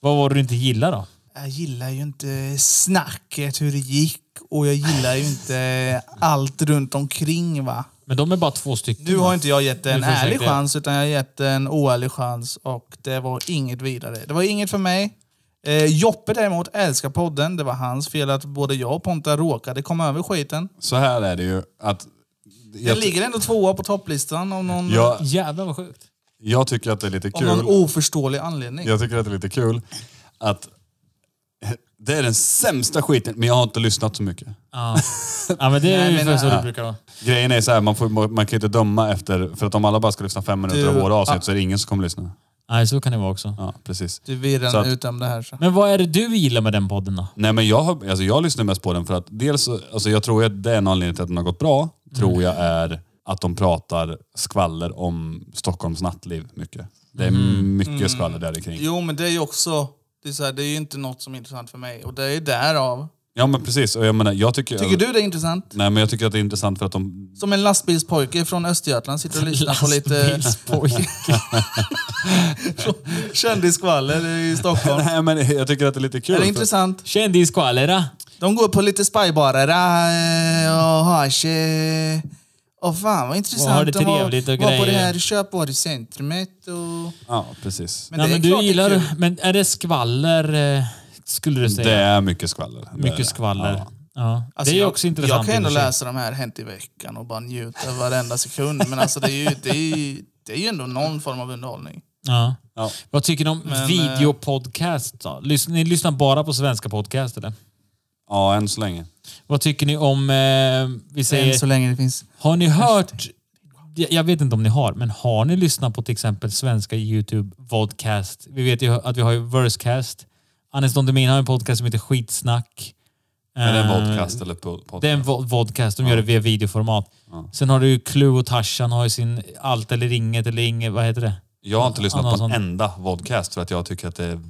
[SPEAKER 1] Vad var det du inte gillade då?
[SPEAKER 4] Jag gillar ju inte snacket, hur det gick och jag gillar ju inte allt runt omkring va.
[SPEAKER 1] Men de är bara två stycken.
[SPEAKER 4] Nu har inte jag gett det en
[SPEAKER 1] Du får
[SPEAKER 4] ärlig
[SPEAKER 1] ursäkta.
[SPEAKER 4] chans utan jag har gett det en oärlig chans och det var inget vidare. Det var inget för mig. Eh, Joppe däremot älskar podden. Det var hans fel att både jag och Ponta råkade komma över skiten.
[SPEAKER 3] Så här är det ju att... Jag,
[SPEAKER 4] Den ligger ändå tvåa på topplistan av någon,
[SPEAKER 3] jag,
[SPEAKER 1] Jävlar vad sjukt.
[SPEAKER 3] jag tycker att det är lite
[SPEAKER 4] av någon
[SPEAKER 3] kul.
[SPEAKER 4] oförståelig anledning.
[SPEAKER 3] Jag tycker att det är lite kul att... Det är den sämsta skiten, men jag har inte lyssnat så mycket.
[SPEAKER 1] Ja, ja men det är
[SPEAKER 4] Nej,
[SPEAKER 1] ju
[SPEAKER 4] men,
[SPEAKER 1] ungefär så
[SPEAKER 4] ja.
[SPEAKER 1] det brukar vara.
[SPEAKER 3] Grejen är så här, man, får, man kan ju inte döma efter... För att om alla bara ska lyssna fem minuter av
[SPEAKER 4] Du- Ah.
[SPEAKER 3] våra avsnitt så är det ingen som kommer lyssna.
[SPEAKER 1] Nej, så kan det vara också.
[SPEAKER 3] Ja, precis.
[SPEAKER 4] Du vi är
[SPEAKER 3] Så att-
[SPEAKER 4] redan utom det här. Så.
[SPEAKER 1] Men vad är det du gillar med den podden då?
[SPEAKER 3] Nej men jag, har, alltså jag lyssnar mest på den för att dels, så- alltså jag tror ju att det är en anledning till att den har gått bra, tror jag är att de pratar skvaller om Stockholms nattliv mycket. Det är mycket skvaller där kring.
[SPEAKER 4] Mm. Jo, men det är ju också... Det är, så här, det är ju inte något som är intressant för mig och det är ju därav.
[SPEAKER 3] Ja men precis, och jag menar, jag tycker...
[SPEAKER 4] Tycker du det är intressant?
[SPEAKER 3] Nej men jag tycker att det är intressant för att de...
[SPEAKER 4] Som en lastbilspojke från Östergötland sitter och lyssnar på lite
[SPEAKER 1] Lastbilspojk.
[SPEAKER 4] kändisskvaller i Stockholm.
[SPEAKER 3] Nej men jag tycker att det är lite kul.
[SPEAKER 4] Är det
[SPEAKER 3] för-
[SPEAKER 4] intressant?
[SPEAKER 1] Kändisskvallera.
[SPEAKER 4] De går på lite spybarer eh, och har sig... Och fan vad intressant.
[SPEAKER 1] Och har det
[SPEAKER 4] De var-
[SPEAKER 1] trevligt och
[SPEAKER 4] Var på det
[SPEAKER 1] grejer.
[SPEAKER 4] här köpvarucentrumet och...
[SPEAKER 3] Ja precis.
[SPEAKER 1] Nej,
[SPEAKER 4] det är
[SPEAKER 1] men du
[SPEAKER 4] klart det är
[SPEAKER 1] gillar...
[SPEAKER 4] kul.
[SPEAKER 1] men är det skvaller, eh, skulle du
[SPEAKER 3] Det
[SPEAKER 1] säga?
[SPEAKER 3] är mycket skvaller. Det är det.
[SPEAKER 1] Mycket skvaller.
[SPEAKER 3] Ja.
[SPEAKER 1] Ja. det
[SPEAKER 4] Alltså,
[SPEAKER 1] är ju
[SPEAKER 4] jag-
[SPEAKER 1] också intressant. i
[SPEAKER 4] Jag kan
[SPEAKER 1] och
[SPEAKER 4] ändå
[SPEAKER 1] för sig.
[SPEAKER 4] läsa de här Hänt i veckan och bara njuta av varenda sekund. Men alltså det är ju, det är ju, det är ju ändå någon form av underhållning.
[SPEAKER 1] Ja.
[SPEAKER 3] Ja.
[SPEAKER 1] Vad tycker ni om
[SPEAKER 4] Men, eh,
[SPEAKER 1] videopodcast då? Lys- ni lyssnar bara på svenska podcast eller?
[SPEAKER 3] Ja, än så länge.
[SPEAKER 1] Vad tycker ni om, eh, vi
[SPEAKER 4] Än
[SPEAKER 1] säger,
[SPEAKER 4] så länge det finns...
[SPEAKER 1] har ni hört, jag jag vet inte om ni har, men har ni lyssnat på till exempel svenska YouTube vodcast? Vi vet ju att vi har ju Versecast. Anis Don Demin har en podcast som heter Skitsnack.
[SPEAKER 3] Är det en
[SPEAKER 1] Eh,
[SPEAKER 3] podcast eller po- podcast?
[SPEAKER 1] Det är en vo- vodcast, de gör det via videoformat. Sen har du ju Clue och Tarzan har ju sin Allt eller inget eller inget, vad heter det?
[SPEAKER 3] Jag har inte lyssnat
[SPEAKER 1] Annan
[SPEAKER 3] på en
[SPEAKER 1] sån-
[SPEAKER 3] enda podcast för att jag tycker att det är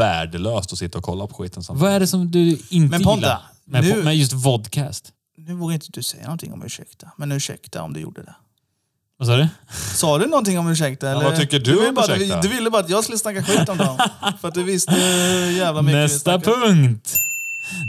[SPEAKER 3] värdelöst att sitta och kolla på skiten samtidigt.
[SPEAKER 1] Vad är det som du inte
[SPEAKER 4] Men Ponta,
[SPEAKER 1] gillar med,
[SPEAKER 4] nu-
[SPEAKER 1] med just vodcast?
[SPEAKER 4] Nu vågar inte du säga någonting om ursäkta, men ursäkta om du gjorde det.
[SPEAKER 1] Vad sa du?
[SPEAKER 4] Sa du någonting om ursäkta? Eller?
[SPEAKER 3] vad tycker du
[SPEAKER 4] ville
[SPEAKER 3] om
[SPEAKER 4] bara,
[SPEAKER 3] ursäkta?
[SPEAKER 4] Du ville bara att jag skulle snacka skit om dem. för att du visste hur jävla mycket vi
[SPEAKER 1] Nästa
[SPEAKER 4] snackade.
[SPEAKER 1] punkt!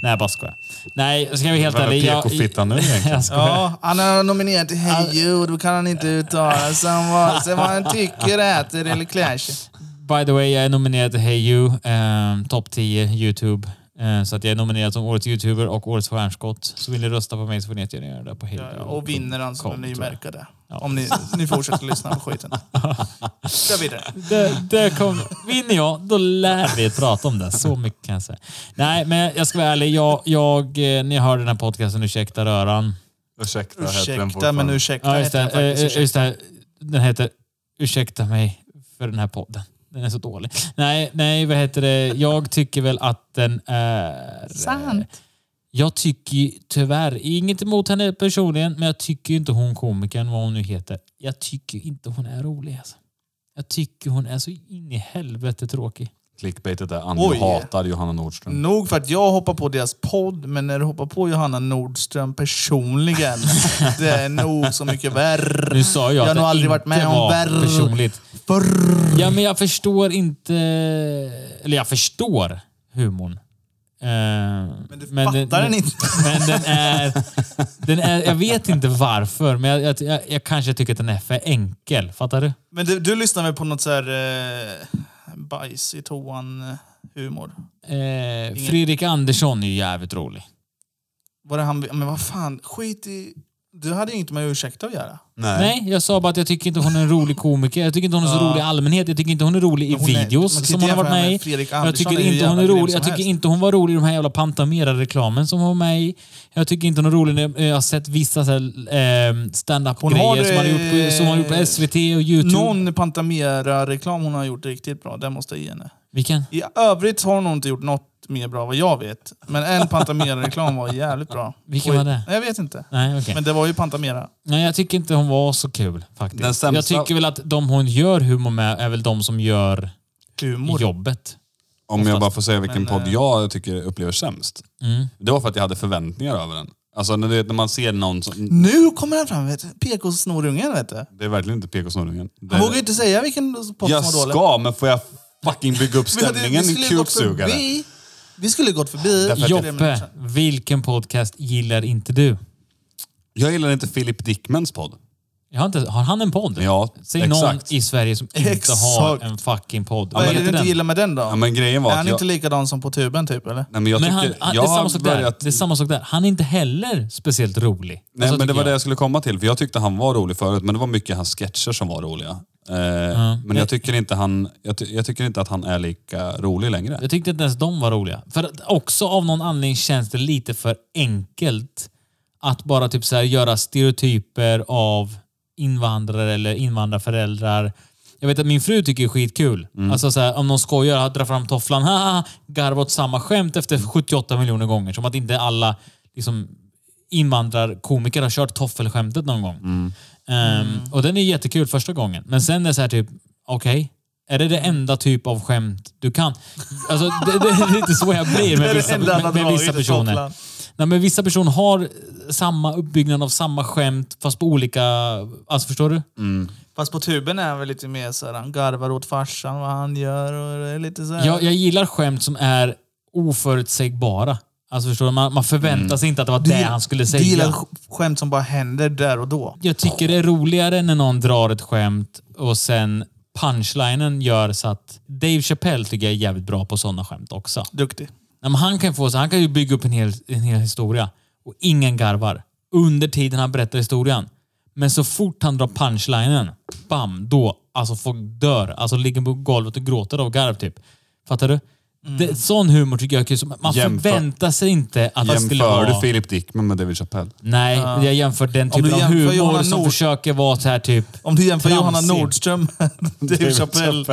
[SPEAKER 1] Nej, jag bara skojar. Nej, ska vi helt
[SPEAKER 3] Vad är
[SPEAKER 1] ärlig.
[SPEAKER 3] PK-fittan nu egentligen?
[SPEAKER 1] jag skojar.
[SPEAKER 4] Ja, han är nominerad till Hey You och då kan han inte uttala sig om vare sig vad han tycker, äter eller klär sig.
[SPEAKER 1] By the way, jag är nominerad till Hey You, eh, topp 10 YouTube. Eh, så att jag är nominerad som årets YouTuber och årets stjärnskott. Så vill ni rösta på mig så får ni jättegärna göra det på Hey You.
[SPEAKER 4] Och vinner han så kommer ni ju
[SPEAKER 1] Kom, tror jag.
[SPEAKER 4] märka det.
[SPEAKER 1] Ja.
[SPEAKER 4] Om ni, ni fortsätter lyssna på skiten. Kör vidare.
[SPEAKER 1] Det, det kom, vinner jag, då lär vi prata om det. Så mycket kan jag säga. Nej, men jag ska vara ärlig. Jag, jag, eh, ni hörde den här podcasten Ursäkta röran.
[SPEAKER 3] Ursäkta, heter den
[SPEAKER 4] Ursäkta,
[SPEAKER 3] fortfarande.
[SPEAKER 4] men ursäkta
[SPEAKER 1] Ja, just
[SPEAKER 4] heter
[SPEAKER 1] det.
[SPEAKER 4] den faktiskt.
[SPEAKER 1] Eh,
[SPEAKER 4] Ursäkta.
[SPEAKER 1] just det här. Den heter Ursäkta mig för den här podden. Den är så dålig. Nej, nej, vad heter det? Jag tycker väl att den är... eh,
[SPEAKER 4] Sant.
[SPEAKER 1] Jag tycker ju tyvärr, inget emot henne personligen, men jag tycker ju inte hon komikern, vad hon nu heter. Jag tycker inte hon är rolig alltså. Jag tycker hon är så in i helvete tråkig.
[SPEAKER 3] Clickbaitet är Annie
[SPEAKER 4] Oj. Mm.
[SPEAKER 3] hatar Johanna Nordström.
[SPEAKER 4] Nog för att jag hoppar på deras podd, men när du hoppar på Johanna Nordström personligen, det är nog så mycket värre.
[SPEAKER 1] Nu sa jag,
[SPEAKER 4] Jag har
[SPEAKER 1] att
[SPEAKER 4] nog
[SPEAKER 1] det
[SPEAKER 4] aldrig
[SPEAKER 1] inte
[SPEAKER 4] varit med om
[SPEAKER 1] var
[SPEAKER 4] värre.
[SPEAKER 1] personligt.
[SPEAKER 4] Förr.
[SPEAKER 1] Ja, men jag förstår inte... Eller jag förstår humorn. Eh, men
[SPEAKER 4] du fattar den inte.
[SPEAKER 1] Men den är, den är... Jag vet inte varför, men jag, jag, jag, jag kanske tycker att den är för enkel. Fattar du?
[SPEAKER 4] Men du, du lyssnar väl på något så här eh, bajs i toan-humor?
[SPEAKER 1] Eh, Fredrik Andersson är ju jävligt rolig.
[SPEAKER 4] Var det han, men vad fan, skit i... Du hade ju inte med ursäkta att göra.
[SPEAKER 1] Nej, jag sa bara att jag tycker inte hon är en rolig komiker. Jag tycker inte hon är så rolig i allmänhet. Jag tycker inte hon är rolig i
[SPEAKER 4] hon är- man
[SPEAKER 1] videos
[SPEAKER 4] kan
[SPEAKER 1] som
[SPEAKER 4] inte
[SPEAKER 1] hon har varit
[SPEAKER 4] jämföra
[SPEAKER 1] med
[SPEAKER 4] med
[SPEAKER 1] i.
[SPEAKER 4] Fredrik
[SPEAKER 1] Jag
[SPEAKER 4] Andersson,
[SPEAKER 1] tycker
[SPEAKER 4] det är ju
[SPEAKER 1] inte hon är
[SPEAKER 4] jävla grym
[SPEAKER 1] rolig.
[SPEAKER 4] som
[SPEAKER 1] Jag tycker
[SPEAKER 4] helst.
[SPEAKER 1] inte hon var rolig i de här jävla Pantamera-reklamen som hon var med i. Jag tycker inte hon är rolig när jag har sett vissa så här, eh,
[SPEAKER 4] Hon har,
[SPEAKER 1] stand-up-grejer som, hon har gjort på-
[SPEAKER 4] eh,
[SPEAKER 1] som hon har gjort på SVT och YouTube.
[SPEAKER 4] Någon Pantamera-reklam hon har gjort riktigt bra, det måste jag ge henne.
[SPEAKER 1] Vilken?
[SPEAKER 4] I övrigt har hon nog inte gjort något mer bra vad jag vet. Men en Pantamera-reklam var jävligt bra.
[SPEAKER 1] Vilken
[SPEAKER 4] Och-
[SPEAKER 1] var det?
[SPEAKER 4] Nej, Jag vet inte.
[SPEAKER 1] Nej, okej.
[SPEAKER 4] Men det var ju Pantamera.
[SPEAKER 1] Nej, jag tycker inte hon var så kul
[SPEAKER 3] Den
[SPEAKER 1] faktiskt.
[SPEAKER 3] sämsta-
[SPEAKER 1] Jag tycker väl att de hon gör humor med är väl de som gör
[SPEAKER 4] Humor.
[SPEAKER 1] jobbet.
[SPEAKER 3] Om jag bara får säga vilken
[SPEAKER 4] Men, eh,
[SPEAKER 3] podd jag tycker upplever sämst.
[SPEAKER 1] Mm.
[SPEAKER 3] Det var för att jag hade förväntningar över den. Alltså när, du vet, när man ser någon som...
[SPEAKER 4] Nu kommer han fram, vet du. PK-snorungen vet du.
[SPEAKER 3] Det är verkligen inte PK-snorringen. Det-
[SPEAKER 4] Han vågar ju inte säga vilken pop
[SPEAKER 3] Jag
[SPEAKER 4] som var dålig.
[SPEAKER 3] ska, men får jag fucking bygga upp
[SPEAKER 4] Vi hade- vi
[SPEAKER 3] stämningen?
[SPEAKER 4] skulle ju gått
[SPEAKER 3] Kuksugare.
[SPEAKER 4] förbi- Vi skulle gått förbi.
[SPEAKER 3] Därför att-
[SPEAKER 4] tre minuter
[SPEAKER 1] Joppe,
[SPEAKER 4] sedan.
[SPEAKER 1] vilken podcast gillar inte du?
[SPEAKER 3] Jag gillar inte Philip Dickmans podd.
[SPEAKER 1] Jag har, inte, har han en podd?
[SPEAKER 3] Ja,
[SPEAKER 1] Säg
[SPEAKER 3] exakt.
[SPEAKER 1] någon i Sverige som inte
[SPEAKER 4] Exakt.
[SPEAKER 1] har en fucking podd.
[SPEAKER 4] Vad är
[SPEAKER 1] Vad
[SPEAKER 4] det du
[SPEAKER 1] heter
[SPEAKER 4] inte
[SPEAKER 1] den?
[SPEAKER 4] gillar med den då?
[SPEAKER 3] Ja, men grejen var
[SPEAKER 4] är
[SPEAKER 3] att
[SPEAKER 4] han
[SPEAKER 3] jag...
[SPEAKER 4] inte likadan som på tuben typ eller?
[SPEAKER 3] Nej, men jag
[SPEAKER 1] Men han,
[SPEAKER 3] tycker,
[SPEAKER 1] han, det,
[SPEAKER 3] jag
[SPEAKER 1] är samma
[SPEAKER 3] har
[SPEAKER 1] sak där.
[SPEAKER 3] börjat
[SPEAKER 1] det är samma sak där. Han är inte heller speciellt rolig.
[SPEAKER 3] Nej,
[SPEAKER 1] Alltså,
[SPEAKER 3] men
[SPEAKER 1] tycker
[SPEAKER 3] det var det
[SPEAKER 1] jag.
[SPEAKER 3] jag skulle komma till. För jag tyckte han var rolig förut, men det var mycket hans sketcher som var roliga. Eh, Men jag tycker, inte han, jag, ty, jag tycker inte att han är lika rolig längre.
[SPEAKER 1] Jag tyckte inte ens de var roliga. För att också av någon anledning känns det lite för enkelt att bara typ så här göra stereotyper av invandrare eller invandrarföräldrar. Jag vet att min fru tycker det är skitkul.
[SPEAKER 3] Mm.
[SPEAKER 1] Alltså så här, om någon skojar, drar fram tofflan, haha, garvar åt samma skämt efter 78 miljoner gånger. Som att inte alla liksom, invandrarkomiker har kört toffelskämtet någon gång.
[SPEAKER 4] Mm.
[SPEAKER 1] Ehm, Och den är jättekul första gången. Men sen är det så här typ, okej, är det det enda typ av skämt du kan? Alltså, det, det är lite så jag blir
[SPEAKER 4] Det är
[SPEAKER 1] med
[SPEAKER 4] det
[SPEAKER 1] vissa,
[SPEAKER 4] enda han har
[SPEAKER 1] med, med vissa
[SPEAKER 4] dragit i
[SPEAKER 1] personer.
[SPEAKER 4] tofflan.
[SPEAKER 1] Nej, men vissa personer har samma uppbyggnad av samma skämt fast på olika... Alltså förstår du?
[SPEAKER 4] Mm. Fast på tuben är han väl lite mer såhär, han garvar åt farsan vad han gör och det är lite såhär.
[SPEAKER 1] Jag, jag gillar skämt som är oförutsägbara. Alltså förstår du? Man, man förväntar sig inte att det var det han skulle säga.
[SPEAKER 4] Mm. Du gillar sk- skämt som bara händer där och då.
[SPEAKER 1] Jag tycker det är roligare när någon drar ett skämt och sen punchlinen gör så att... Dave Chappelle tycker jag är jävligt bra på sådana skämt också.
[SPEAKER 4] Duktig.
[SPEAKER 1] Nej, men han, kan få, så han kan ju bygga upp en hel, en hel historia och ingen garvar under tiden han berättar historien. Men så fort han drar punchlinen, bam, då alltså folk dör. Alltså ligger på golvet och gråter av garv typ. Fattar du? Det, sån humor tycker jag är kul. Så Man man
[SPEAKER 3] Mm. Jämför-
[SPEAKER 1] förväntar sig inte att det skulle
[SPEAKER 3] Jämför
[SPEAKER 1] vara...
[SPEAKER 3] du Philip Dickman med David Chappelle?
[SPEAKER 1] Nej, jag jämför den
[SPEAKER 4] Ah. Om
[SPEAKER 1] typen
[SPEAKER 4] du
[SPEAKER 1] av
[SPEAKER 4] jämför
[SPEAKER 1] humor
[SPEAKER 4] Johanna
[SPEAKER 1] som
[SPEAKER 4] Nord-
[SPEAKER 1] försöker vara så här typ...
[SPEAKER 4] Om du jämför
[SPEAKER 1] Tramsig.
[SPEAKER 4] Johanna Nordström med Dave Chappelle,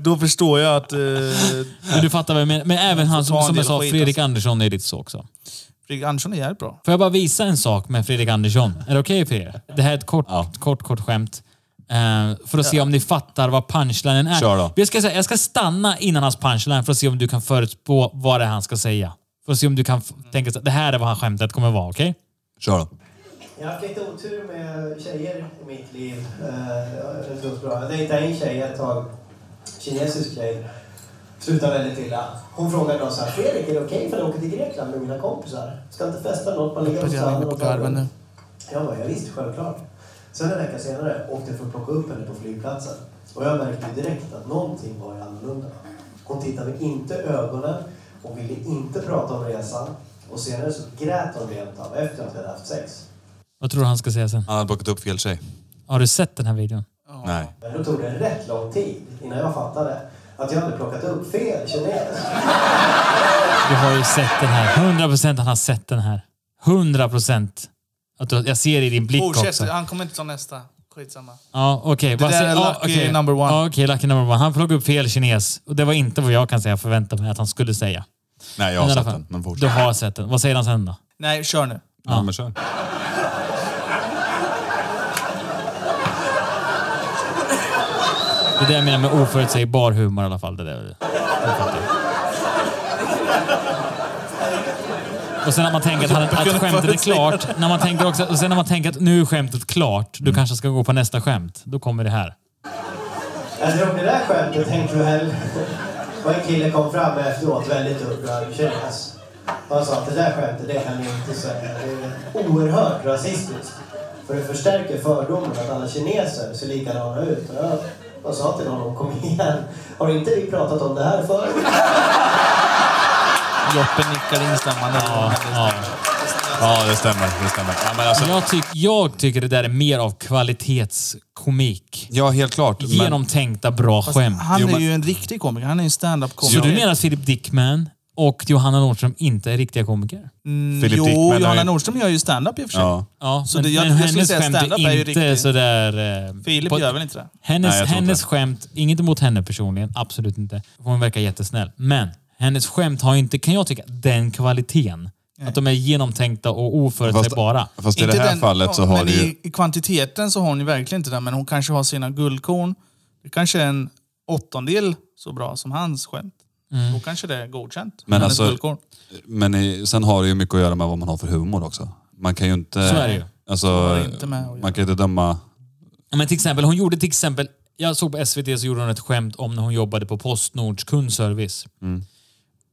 [SPEAKER 4] då förstår jag att... Eh,
[SPEAKER 1] Men du fattar vad jag menar. Men även han
[SPEAKER 4] ta
[SPEAKER 1] som,
[SPEAKER 4] en
[SPEAKER 1] som
[SPEAKER 4] del
[SPEAKER 1] jag sa,
[SPEAKER 4] skit,
[SPEAKER 1] Fredrik Andersson är lite så också.
[SPEAKER 4] Fredrik Andersson är jävligt bra.
[SPEAKER 1] Får jag bara visa en sak med Fredrik Andersson? Är det okej för er? Det här är ett kort, kort, kort skämt. Eh, för att se om ni fattar vad punchlinen är.
[SPEAKER 3] Kör då.
[SPEAKER 1] Jag ska, säga, jag ska stanna innan hans punchline för att se om du kan förutspå vad det är han ska säga. För att se om du kan f- tänka att det här är vad han skämtet kommer vara, okej?
[SPEAKER 3] Kör då.
[SPEAKER 2] Jag har haft lite otur med tjejer i mitt liv. Eh, jag har inte gått bra. Jag dejtade en tjej ett tag. Kinesisk tjej. Slutade väldigt illa. Hon frågade då så här, Fredrik, är det okej för dig att åka till Grekland med mina kompisar? Ska inte festa något? Man ligger
[SPEAKER 4] Jag är inne på garven nu.
[SPEAKER 2] jag bara, ja, visst, självklart. Sen en vecka senare åkte jag för att plocka upp henne på flygplatsen. Och jag märkte ju direkt att någonting var ju annorlunda. Hon tittade mig inte i ögonen, hon ville inte prata om resan. Och senare så grät hon rent av efter att vi hade haft sex.
[SPEAKER 1] Vad tror du han ska säga sen?
[SPEAKER 3] Han hade plockat upp fel tjej.
[SPEAKER 1] Har du sett den här videon?
[SPEAKER 3] Nej.
[SPEAKER 2] Men då tog det rätt lång tid innan jag fattade att jag hade plockat upp fel kines.
[SPEAKER 1] Du har ju sett den här. 100 procent han har sett den här. 100 procent. Jag ser det i din blick också.
[SPEAKER 4] Fortsätt, Oh, han kommer inte ta nästa. Skitsamma.
[SPEAKER 1] Ja, okej.
[SPEAKER 4] Det
[SPEAKER 1] Vad
[SPEAKER 4] där
[SPEAKER 1] säger-
[SPEAKER 4] är
[SPEAKER 1] ja,
[SPEAKER 4] lucky
[SPEAKER 1] okej.
[SPEAKER 4] number one.
[SPEAKER 1] Ja, okej, lucky number one. Han plockade upp fel kines. Och det var inte vad jag kan säga förväntade mig att han skulle säga.
[SPEAKER 3] Nej, jag har
[SPEAKER 1] Men i alla
[SPEAKER 3] sett
[SPEAKER 1] fall,
[SPEAKER 3] den. Men
[SPEAKER 1] Du
[SPEAKER 3] fortsätt.
[SPEAKER 1] har sett den. Vad säger han sen då?
[SPEAKER 4] Nej, kör nu.
[SPEAKER 3] Ja, men kör.
[SPEAKER 1] Det är det jag menar med oförutsägbar humor i alla fall. Det där. Jag fattar. Och sen när man tänker att, han, att skämtet är klart. När man tänker också, och sen när man tänker att nu är skämtet klart. Du kanske ska gå på nästa skämt. Då kommer det här.
[SPEAKER 2] Alltså, Jag drog det där skämtet tänkte väl. Och en kille kom fram efteråt väldigt upprörd och kines. Och han sa att det där skämtet det kan ni inte säga. Det är oerhört rasistiskt. För det förstärker fördomen att alla kineser ser likadana ut. Och jag, jag sa till honom, kom igen. Har inte vi pratat om det här förut?
[SPEAKER 4] Loppen nickar instämmande.
[SPEAKER 1] Ja.
[SPEAKER 3] Ja, det stämmer. Det stämmer. Ja, men alltså,
[SPEAKER 1] Jag, tyck, jag tycker det där är mer av kvalitetskomik.
[SPEAKER 3] ja, helt klart. Men,
[SPEAKER 1] Genomtänkta bra skämt.
[SPEAKER 4] Han
[SPEAKER 3] Jo, men-
[SPEAKER 4] är ju en riktig komiker. Han är ju en stand-up komiker.
[SPEAKER 1] Så du menar att Philip Dickman och Johanna Nordström inte är riktiga komiker?
[SPEAKER 3] Philip
[SPEAKER 4] jo,
[SPEAKER 3] Dickman har ju-
[SPEAKER 4] Johanna Nordström gör ju stand-up i och för sig.
[SPEAKER 3] ja.
[SPEAKER 1] Ja,
[SPEAKER 4] Så
[SPEAKER 1] men,
[SPEAKER 4] det- jag-
[SPEAKER 1] men
[SPEAKER 4] jag skulle
[SPEAKER 1] hennes
[SPEAKER 4] säga
[SPEAKER 1] skämt är
[SPEAKER 4] stand-up är ju
[SPEAKER 1] inte
[SPEAKER 4] riktigt.
[SPEAKER 1] sådär... Eh,
[SPEAKER 4] Filip
[SPEAKER 1] på-
[SPEAKER 4] gör väl inte det?
[SPEAKER 1] Hennes,
[SPEAKER 3] Nej, jag tror inte
[SPEAKER 1] hennes
[SPEAKER 3] det.
[SPEAKER 1] skämt, inget emot henne personligen, absolut inte. Hon verkar jättesnäll. Men hennes skämt har inte, kan jag tycka, den kvaliteten. Att de är genomtänkta och oförutsägbara.
[SPEAKER 3] Fast i det
[SPEAKER 4] Inte
[SPEAKER 3] här
[SPEAKER 4] den-
[SPEAKER 3] fallet så
[SPEAKER 4] ja,
[SPEAKER 3] har
[SPEAKER 4] men
[SPEAKER 3] du ju...
[SPEAKER 4] i, i kvantiteten så har hon ju verkligen inte det, men hon kanske har sina guldkorn. Det kanske är en åttondel så bra som hans skämt.
[SPEAKER 1] Mm.
[SPEAKER 4] Då kanske det är godkänt.
[SPEAKER 3] Men
[SPEAKER 4] hennes
[SPEAKER 3] alltså-
[SPEAKER 4] guldkorn.
[SPEAKER 3] Men i, sen har det ju mycket att göra med vad man har för humor också. Man kan ju inte...
[SPEAKER 1] Så är det ju.
[SPEAKER 3] Alltså,
[SPEAKER 4] är inte med att göra.
[SPEAKER 3] man kan ju inte döma...
[SPEAKER 1] Ja, Men till exempel, hon gjorde till exempel, jag såg på SVT så gjorde hon ett skämt om när hon jobbade på Postnords kundservice.
[SPEAKER 3] Mm.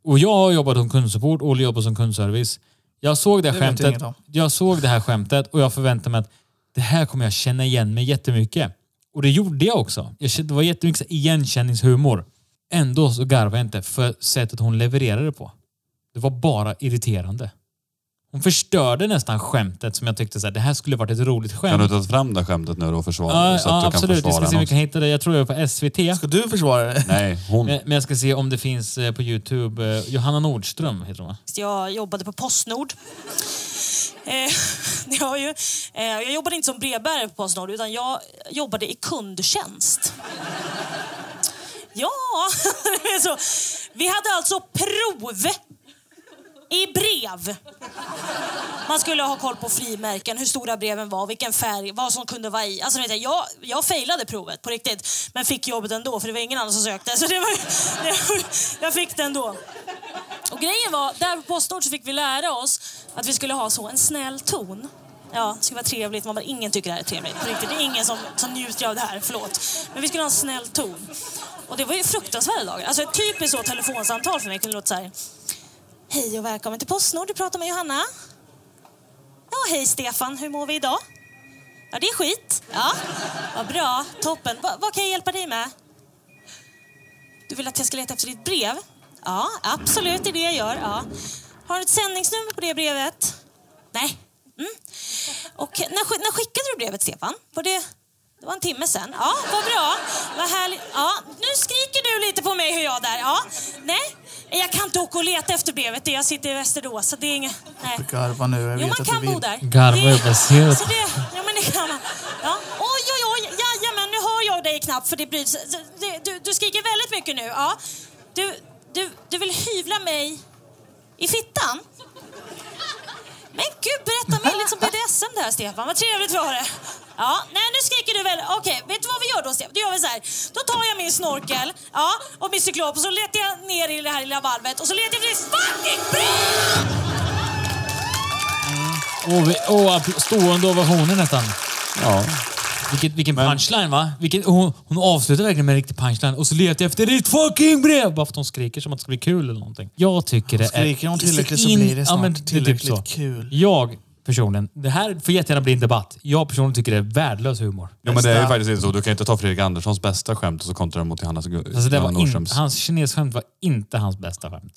[SPEAKER 1] Och jag har jobbat som kundsupport, Olle jobbar som kundservice. Jag såg det, här
[SPEAKER 4] Det vet jag
[SPEAKER 1] skämtet,
[SPEAKER 4] inget om.
[SPEAKER 1] jag såg det här skämtet och jag förväntade mig att det här kommer jag känna igen mig jättemycket. Och det gjorde jag också. Jag kände, det var jättemycket så här igenkänningshumor. Ändå så garvade jag inte för sättet hon levererade på. Det var bara irriterande. Hon förstörde nästan skämtet som jag tyckte så här, det här skulle varit ett roligt skämt.
[SPEAKER 3] Kan du ta fram det skämtet nu då och försvara
[SPEAKER 1] Ja,
[SPEAKER 3] det? Så att
[SPEAKER 1] ja
[SPEAKER 3] du
[SPEAKER 1] absolut.
[SPEAKER 3] kan
[SPEAKER 1] Vi ska
[SPEAKER 3] försvara
[SPEAKER 1] se om vi
[SPEAKER 3] något?
[SPEAKER 1] kan hitta det. Jag tror jag är på SVT.
[SPEAKER 4] Ska du försvara det?
[SPEAKER 3] Nej, hon...
[SPEAKER 1] Men men jag ska se om det finns eh, på Youtube. Eh, Johanna Nordström heter hon va?
[SPEAKER 5] Jag jobbade på Postnord. Eh, det var ju, eh, jag jobbade inte som brevbärare på Postnord utan jag jobbade i kundtjänst. Ja, det är så. Vi hade alltså prov i brev. Man skulle ha koll på frimärken, hur stora breven var, vilken färg, vad som kunde vara i. Alltså, vet jag, jag, jag failade provet på riktigt, men fick jobbet ändå för det var ingen annan som sökte. Så det var, det, jag fick det ändå. Och grejen var, där på Postnord så fick vi lära oss att vi skulle ha så en snäll ton. Ja, det skulle vara trevligt. Man bara, ingen tycker det här är trevligt. På riktigt, det är ingen som, som njuter av det här. Förlåt. Men vi skulle ha en snäll ton. Och det var ju fruktansvärda dagar. Alltså ett typiskt så telefonsamtal för mig kunde låta så här. Hej och välkommen till Postnord. Du pratar med Johanna. Ja, hej Stefan. Hur mår vi idag? Ja, det är skit. Ja, vad bra. Toppen. Va, vad kan jag hjälpa dig med? Du vill att jag ska leta efter ditt brev? Ja, absolut, det är det jag gör. Ja. Har du ett sändningsnummer på det brevet? Nej. Mm. Och när, sk- när skickade du brevet, Stefan? Var det, det var en timme sen. Ja, vad bra. Vad härligt. Ja, nu skriker du lite på mig hur jag där. Ja. Nej. Jag kan inte åka och leta efter brevet. Jag sitter i Västerås, så det är inget... Nej.
[SPEAKER 4] Garva nu, jag
[SPEAKER 5] Jo,
[SPEAKER 4] vet
[SPEAKER 5] man
[SPEAKER 4] att du
[SPEAKER 5] kan bo
[SPEAKER 4] vill.
[SPEAKER 5] där.
[SPEAKER 1] Garva
[SPEAKER 5] Det-
[SPEAKER 1] upp och se upp.
[SPEAKER 5] Så det, ja, men det kan man. Ja. Oj, oj, oj. Jajamän, nu hör jag dig knappt för det bryts. Så det- Du, du skriker väldigt mycket nu. Ja. Du, du, du vill hyvla mig i fittan? Men gud, berätta mer liksom, lite som BDSM där, Stefan. Vad trevligt var det. Ja, nej nu skriker du väl. Okej, vet du vad vi gör då, Stefan? Då gör vi så här. Då tar jag min snorkel ja, och min cyklop och så letar jag ner i det här lilla valvet och så letar jag efter ditt fucking brev!
[SPEAKER 1] Och, vi, och appl- stående ovationer nästan.
[SPEAKER 3] Ja.
[SPEAKER 1] Vilket, vilken punchline va? Vilken, och hon, hon avslutar verkligen med en riktig punchline. Och så letar jag efter ditt fucking brev! Bara för att hon skriker som att det ska bli kul eller någonting. Jag tycker det är...
[SPEAKER 4] skriker hon tillräckligt så
[SPEAKER 1] in-
[SPEAKER 4] blir det snart
[SPEAKER 1] är typ
[SPEAKER 4] tillräckligt
[SPEAKER 1] så.
[SPEAKER 4] kul.
[SPEAKER 1] Jag personligen, det här får jättegärna bli en debatt. Jag personligen tycker det är värdelös humor.
[SPEAKER 3] Jo, men det är ju
[SPEAKER 4] Bästa.
[SPEAKER 3] faktiskt inte så. Du kan inte ta Fredrik Anderssons bästa skämt och så kontra den mot Johanna
[SPEAKER 1] Alltså, det
[SPEAKER 3] Johanna
[SPEAKER 1] var in,
[SPEAKER 3] Nordströms.
[SPEAKER 1] hans kinesskämt var inte hans bästa skämt.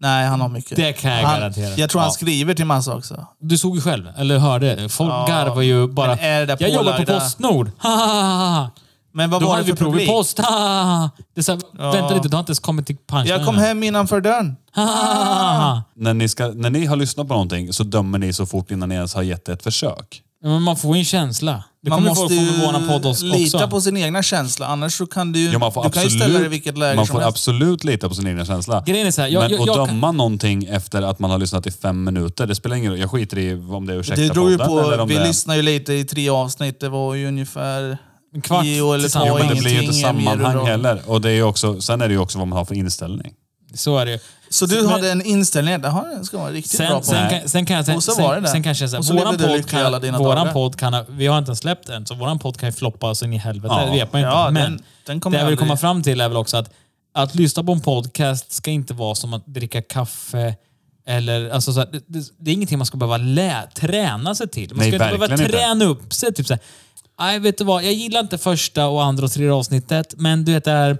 [SPEAKER 4] Nej, han har mycket.
[SPEAKER 1] Det kan jag
[SPEAKER 4] han,
[SPEAKER 1] garantera.
[SPEAKER 4] Jag tror han
[SPEAKER 1] Ja.
[SPEAKER 4] skriver till massa också.
[SPEAKER 1] Du såg ju själv, eller hörde. Folk
[SPEAKER 4] Ja,
[SPEAKER 1] garvar ju bara.
[SPEAKER 4] men är det där
[SPEAKER 1] jag jobbar på
[SPEAKER 4] pålagda-
[SPEAKER 1] Postnord. Ha, ha, ha, ha.
[SPEAKER 4] Men vad
[SPEAKER 1] Då
[SPEAKER 4] var
[SPEAKER 1] hade
[SPEAKER 4] det
[SPEAKER 1] vi
[SPEAKER 4] för
[SPEAKER 1] prov i
[SPEAKER 4] publik?
[SPEAKER 1] post. Ha, ha, ha. Det är så här, Vänta lite, du har inte ens kommit till punchline.
[SPEAKER 4] Jag kom
[SPEAKER 1] än.
[SPEAKER 4] hem innanför dörren.
[SPEAKER 1] Ha, ha, ha, ha.
[SPEAKER 3] När, ni ska, när ni har lyssnat på någonting så dömer ni så fort innan ni ens har gett det ett försök.
[SPEAKER 1] Ja, Men man får ju en känsla. Det
[SPEAKER 4] Man
[SPEAKER 1] kommer
[SPEAKER 4] måste
[SPEAKER 1] folk från vår podd
[SPEAKER 4] ju
[SPEAKER 1] också.
[SPEAKER 4] lita på sin egna känsla, annars så kan
[SPEAKER 1] Mm.
[SPEAKER 4] du ju...
[SPEAKER 3] Ja, man får
[SPEAKER 4] du kan ju ställa dig i vilket läge
[SPEAKER 3] man
[SPEAKER 4] som
[SPEAKER 3] får
[SPEAKER 4] helst.
[SPEAKER 3] absolut lita på sin egna känsla.
[SPEAKER 1] Grejen är så här, jag-
[SPEAKER 3] men
[SPEAKER 1] jag-
[SPEAKER 3] att
[SPEAKER 1] jag kan-
[SPEAKER 3] döma någonting efter att man har lyssnat i fem minuter, det spelar ingen roll. Jag skiter i om det är ursäkta
[SPEAKER 4] Det drog ju
[SPEAKER 3] podden eller
[SPEAKER 4] på,
[SPEAKER 3] om
[SPEAKER 4] vi
[SPEAKER 3] det är...
[SPEAKER 4] lyssnade ju lite i tre avsnitt. Det var ju ungefär...
[SPEAKER 1] En kvart
[SPEAKER 4] Geo eller
[SPEAKER 1] tillsammans.
[SPEAKER 4] ta
[SPEAKER 1] Jo,
[SPEAKER 3] Men det blir ju
[SPEAKER 4] ingenting,
[SPEAKER 3] inte
[SPEAKER 4] mer och-
[SPEAKER 3] sammanhang heller. Och det är ju också, sen är det ju också vad man har för inställning.
[SPEAKER 1] Så är det ju.
[SPEAKER 4] Så du
[SPEAKER 1] Men-
[SPEAKER 4] hade en inställning, det här den ska vara riktigt bra
[SPEAKER 1] Sen,
[SPEAKER 4] på.
[SPEAKER 1] sen, kan, sen kan jag säga,
[SPEAKER 4] Och så var det
[SPEAKER 1] sen,
[SPEAKER 4] det.
[SPEAKER 1] sen kanske jag säger,
[SPEAKER 4] Och så
[SPEAKER 1] våran
[SPEAKER 4] levde du
[SPEAKER 1] podd
[SPEAKER 4] lycklig alla dina
[SPEAKER 1] kan, våran
[SPEAKER 4] dagar.
[SPEAKER 1] podd kan, vi har inte ens släppt den, så våran podd kan ju floppa så in i helvete.
[SPEAKER 3] Ja.
[SPEAKER 1] Det vet man ju inte.
[SPEAKER 4] Ja,
[SPEAKER 1] Men
[SPEAKER 4] den- den kommer
[SPEAKER 1] det jag vill
[SPEAKER 4] aldrig-
[SPEAKER 1] komma fram till är väl också att, att lyssna på en podcast ska inte vara som att dricka kaffe eller, alltså så här, det, det, det är ingenting man ska behöva lä, träna sig till. Man
[SPEAKER 3] Nej,
[SPEAKER 1] ska inte behöva
[SPEAKER 3] verkligen inte.
[SPEAKER 1] träna upp sig. Typ så här, "Aj, vet du vad, jag gillar inte första och andra och tredje avsnittet, men du vet det här,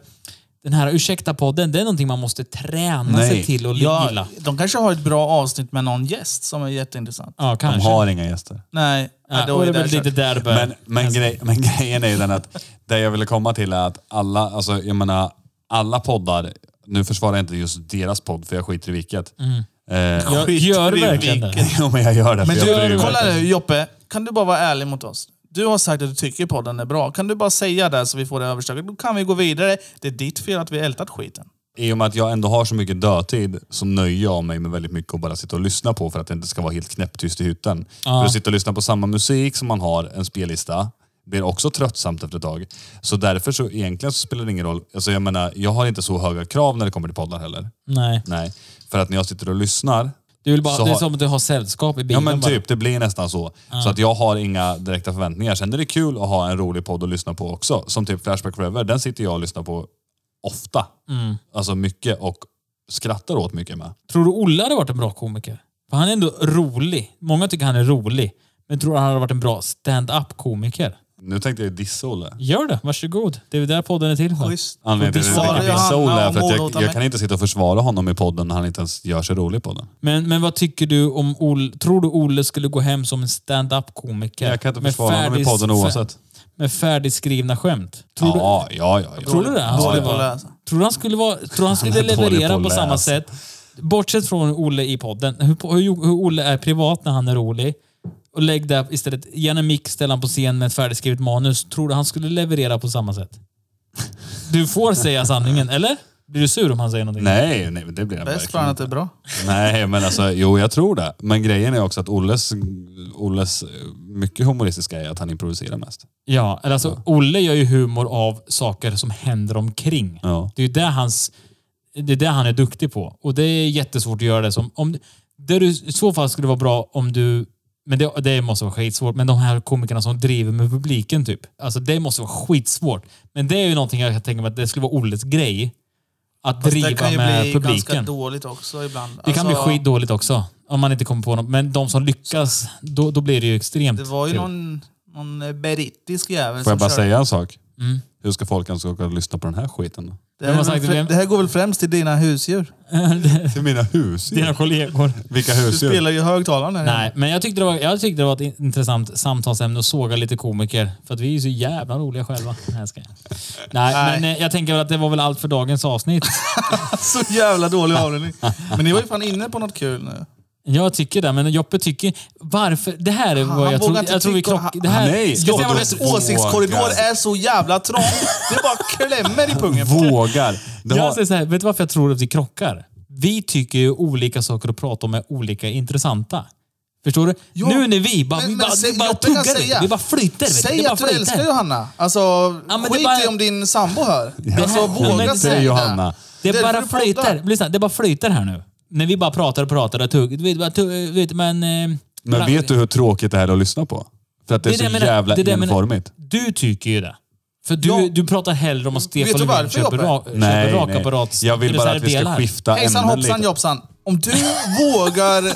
[SPEAKER 1] den här ursäkta-podden, det är någonting man måste träna sig
[SPEAKER 3] Nej.
[SPEAKER 1] till och
[SPEAKER 4] ja,
[SPEAKER 1] gilla.
[SPEAKER 4] de kanske har ett bra avsnitt med någon gäst som är jätteintressant.
[SPEAKER 1] Ja,
[SPEAKER 3] De
[SPEAKER 1] kanske.
[SPEAKER 3] har inga gäster.
[SPEAKER 4] Nej,
[SPEAKER 1] Ja,
[SPEAKER 4] nej, då
[SPEAKER 1] och
[SPEAKER 4] är
[SPEAKER 1] det
[SPEAKER 4] det
[SPEAKER 1] är väl
[SPEAKER 4] där
[SPEAKER 1] lite
[SPEAKER 4] kört.
[SPEAKER 1] där det börjar.
[SPEAKER 3] Men, men, grej, men grejen är ju den att det jag ville komma till är att alla, alltså jag menar alla poddar, nu försvarar jag inte just deras podd för jag skiter i vilket. Eh,
[SPEAKER 1] Mm. Gör- gör du verkligen det?
[SPEAKER 3] jo, men jag gör det.
[SPEAKER 4] Men
[SPEAKER 3] för jag bryr
[SPEAKER 4] du,
[SPEAKER 3] mig.
[SPEAKER 4] kolla nu Joppe. Kan du bara vara ärlig mot oss? Du har sagt att du tycker podden är bra. Kan du bara säga det så vi får det överstökat? Då kan vi gå vidare. Det är ditt fel att vi ältat skiten.
[SPEAKER 3] I och med att jag ändå har så mycket dödtid så nöjer jag mig med väldigt mycket att bara sitta och lyssna på för att det inte ska vara helt knäpptyst i hytten. För att sitta och lyssna på samma musik som man har en spellista blir också tröttsamt efter ett tag. Så därför så egentligen så spelar det ingen roll. Alltså jag menar, jag har inte så höga krav när det kommer till poddar heller.
[SPEAKER 1] Mm. Nej.
[SPEAKER 3] Nej, för att när jag sitter och lyssnar
[SPEAKER 1] Du vill bara,
[SPEAKER 3] så
[SPEAKER 1] det är
[SPEAKER 3] har-
[SPEAKER 1] som att du har sällskap i
[SPEAKER 3] Ja
[SPEAKER 1] bilen.
[SPEAKER 3] men
[SPEAKER 1] bara.
[SPEAKER 3] typ, det blir nästan så. Så att jag har inga direkta förväntningar. Sen är det kul att ha en rolig podd att lyssna på också. Som typ Flashback Forever, den sitter jag och lyssnar på ofta.
[SPEAKER 1] Mm.
[SPEAKER 3] Alltså mycket och skrattar åt mycket med.
[SPEAKER 1] Tror du Olle hade varit en bra komiker? För han är ändå rolig. Många tycker han är rolig. Men tror du han hade varit en bra stand-up komiker?
[SPEAKER 3] Nu tänkte jag ju dissa Olle.
[SPEAKER 1] Gör det, varsågod. Det är det podden är till för.
[SPEAKER 4] Schysst.
[SPEAKER 3] Anledningen till att jag
[SPEAKER 4] Försvara
[SPEAKER 3] tänker dissa
[SPEAKER 4] Johanna
[SPEAKER 3] Olle är
[SPEAKER 4] och
[SPEAKER 3] för att
[SPEAKER 4] morotar
[SPEAKER 3] jag, jag
[SPEAKER 4] mig.
[SPEAKER 3] kan inte sitta och försvara honom i podden när han inte ens gör sig rolig på den.
[SPEAKER 1] Men, men vad tycker du om Olle? Tror du Olle skulle gå hem som en stand-up komiker?
[SPEAKER 3] Jag kan inte
[SPEAKER 1] Med
[SPEAKER 3] försvara honom i
[SPEAKER 1] färdig-
[SPEAKER 3] podden oavsett.
[SPEAKER 1] Med färdigskrivna skämt? Tror du,
[SPEAKER 3] Ja, ja, ja. ja.
[SPEAKER 1] Tror du det? Han skulle
[SPEAKER 4] Dåligt på att
[SPEAKER 1] vara,
[SPEAKER 4] läsa.
[SPEAKER 1] tror du han skulle, vara, tror han skulle
[SPEAKER 3] är dålig på att
[SPEAKER 1] leverera på,
[SPEAKER 3] läsa.
[SPEAKER 1] samma sätt? Bortsett från Olle i podden. Hur, hur, hur Olle är privat när han är rolig. Och lägg där istället, ge han en mick, ställ han på scen med ett färdigskrivet manus. Tror du han skulle leverera på samma sätt? Du får säga sanningen, eller? Blir du sur om han säger någonting?
[SPEAKER 3] Nej, nej, men det blir han
[SPEAKER 4] Bäst för
[SPEAKER 3] verkligen
[SPEAKER 4] han att det är bra.
[SPEAKER 3] Nej, men alltså, jo jag tror det. Men grejen är också att Olles, Olles eh, mycket humoristiska är att han improviserar mest.
[SPEAKER 1] Ja, eller alltså Olle gör ju humor av saker som händer omkring.
[SPEAKER 3] Ja.
[SPEAKER 1] Det är ju det, hans, det är det han är duktig på. Och det är jättesvårt att göra det som... Om, det du, I så fall skulle vara bra om du... Men det, det måste vara skitsvårt. Men de här komikerna som driver med publiken typ. Alltså det måste vara skitsvårt. Men det är ju någonting jag kan tänka mig att det skulle vara Olles grej. Att
[SPEAKER 4] Fast det
[SPEAKER 1] driva
[SPEAKER 4] kan ju
[SPEAKER 1] med
[SPEAKER 4] bli ganska
[SPEAKER 1] publiken.
[SPEAKER 4] dåligt också ibland. Alltså,
[SPEAKER 1] Det kan bli skitdåligt också. Om man inte kommer på något. Men de som lyckas, då, då blir det ju extremt
[SPEAKER 4] Det var ju
[SPEAKER 1] kul.
[SPEAKER 4] någon, någon brittisk jävel
[SPEAKER 1] Mm.
[SPEAKER 3] Får jag bara säga en sak? Hur ska folk ens åka och lyssna på den här skiten? då?
[SPEAKER 4] Det
[SPEAKER 1] Vem har
[SPEAKER 4] här,
[SPEAKER 1] sagt
[SPEAKER 4] väl
[SPEAKER 1] det?
[SPEAKER 4] frä- det här går väl främst till dina husdjur?
[SPEAKER 3] Till mina husdjur.
[SPEAKER 1] Dina kollegor.
[SPEAKER 3] Vilka
[SPEAKER 4] Du
[SPEAKER 3] husdjur?
[SPEAKER 4] spelar ju högtalaren här.
[SPEAKER 1] Nej, men jag tyckte, det var, jag tyckte det var ett in- intressant samtalsämne att såga lite komiker. För att vi är ju så jävla roliga själva. Nej, jag skojar. Nej,
[SPEAKER 4] Nej.
[SPEAKER 1] men eh, jag tänker väl att det var väl allt för dagens avsnitt.
[SPEAKER 4] Så jävla dålig avlöning. Men ni var ju fan inne på något kul nu.
[SPEAKER 1] Jag tycker det, men Joppe tycker... Varför? Det här är vad
[SPEAKER 4] Han
[SPEAKER 1] jag
[SPEAKER 4] vågar
[SPEAKER 1] tror...
[SPEAKER 4] inte
[SPEAKER 1] Jag tror vi
[SPEAKER 4] tycka-
[SPEAKER 1] krock... Det här...
[SPEAKER 3] han- nej.
[SPEAKER 1] Ska jag säga vad det
[SPEAKER 3] Joppes
[SPEAKER 1] är?
[SPEAKER 4] Åsiktskorridor
[SPEAKER 3] Vågar.
[SPEAKER 4] är så jävla trång. Det bara klämmer i pungen.
[SPEAKER 3] Vågar. Det
[SPEAKER 1] Jag
[SPEAKER 3] har...
[SPEAKER 1] säger så här, vet du varför jag tror att vi krockar? Vi tycker ju olika saker att prata om är olika intressanta. Förstår du?
[SPEAKER 4] Ja.
[SPEAKER 1] nu när vi bara,
[SPEAKER 4] Men-
[SPEAKER 1] vi
[SPEAKER 4] men
[SPEAKER 1] bara,
[SPEAKER 4] säg-
[SPEAKER 1] vi bara
[SPEAKER 4] Joppe kan
[SPEAKER 1] tuggar
[SPEAKER 4] säga.
[SPEAKER 1] lite. Vi bara flyter. vet du.
[SPEAKER 4] Säg
[SPEAKER 1] Det bara
[SPEAKER 4] att du
[SPEAKER 1] flyter.
[SPEAKER 4] älskar Johanna. Alltså,
[SPEAKER 1] men det
[SPEAKER 4] skit
[SPEAKER 1] bara-
[SPEAKER 4] i om din sambo hör. Alltså, våga
[SPEAKER 1] men
[SPEAKER 4] säga
[SPEAKER 3] det. Johanna.
[SPEAKER 1] Det
[SPEAKER 4] Därför
[SPEAKER 1] bara
[SPEAKER 4] du poddar.
[SPEAKER 1] flyter. Lyssna, det bara flyter här nu. När vi bara pratar och pratar och tuggar. Du vet, bara tugg- vet, men... eh,
[SPEAKER 3] Men vet du hur tråkigt det här är att lyssna på? För att det är,
[SPEAKER 1] jag
[SPEAKER 3] så
[SPEAKER 1] menar.
[SPEAKER 3] jävla
[SPEAKER 1] Det är det jag menar.
[SPEAKER 3] enformigt.
[SPEAKER 1] Du tycker ju det. För du,
[SPEAKER 4] Ja.
[SPEAKER 1] du pratar hellre om att
[SPEAKER 4] Vet du
[SPEAKER 1] Stefan Löfven
[SPEAKER 4] varför,
[SPEAKER 1] köper,
[SPEAKER 4] Joppe?
[SPEAKER 1] ra, köper rakapparat.
[SPEAKER 3] Jag vill bara att vi ska
[SPEAKER 1] reservdelar.
[SPEAKER 3] skifta
[SPEAKER 4] Hejsan
[SPEAKER 3] ämnen
[SPEAKER 4] hoppsan
[SPEAKER 3] lite.
[SPEAKER 4] jobbsan. Om du vågar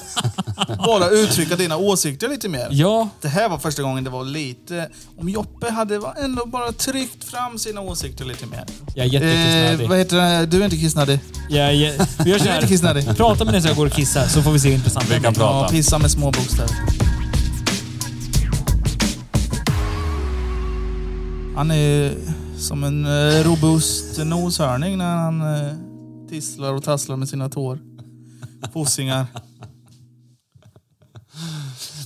[SPEAKER 4] bara uttrycka dina åsikter lite mer.
[SPEAKER 1] Ja,
[SPEAKER 4] Det här var första gången det var lite... Om Joppe hade va- ändå bara tryckt fram sina åsikter lite mer.
[SPEAKER 1] jag är jättekissnödig.
[SPEAKER 4] Eh, vad heter det? Du är inte kissnödig.
[SPEAKER 1] Jag, är jä- vi gör så
[SPEAKER 4] är inte kissnödig.
[SPEAKER 1] här. Prata med dig så jag går och kissar så får vi se hur intressant
[SPEAKER 3] Vi
[SPEAKER 1] det
[SPEAKER 3] kan
[SPEAKER 1] blir.
[SPEAKER 4] Ja,
[SPEAKER 3] prata.
[SPEAKER 4] pissa med små bokstäver. Han är som en eh, robust noshörning när han eh, tisslar och tasslar med sina tår. Fossingar.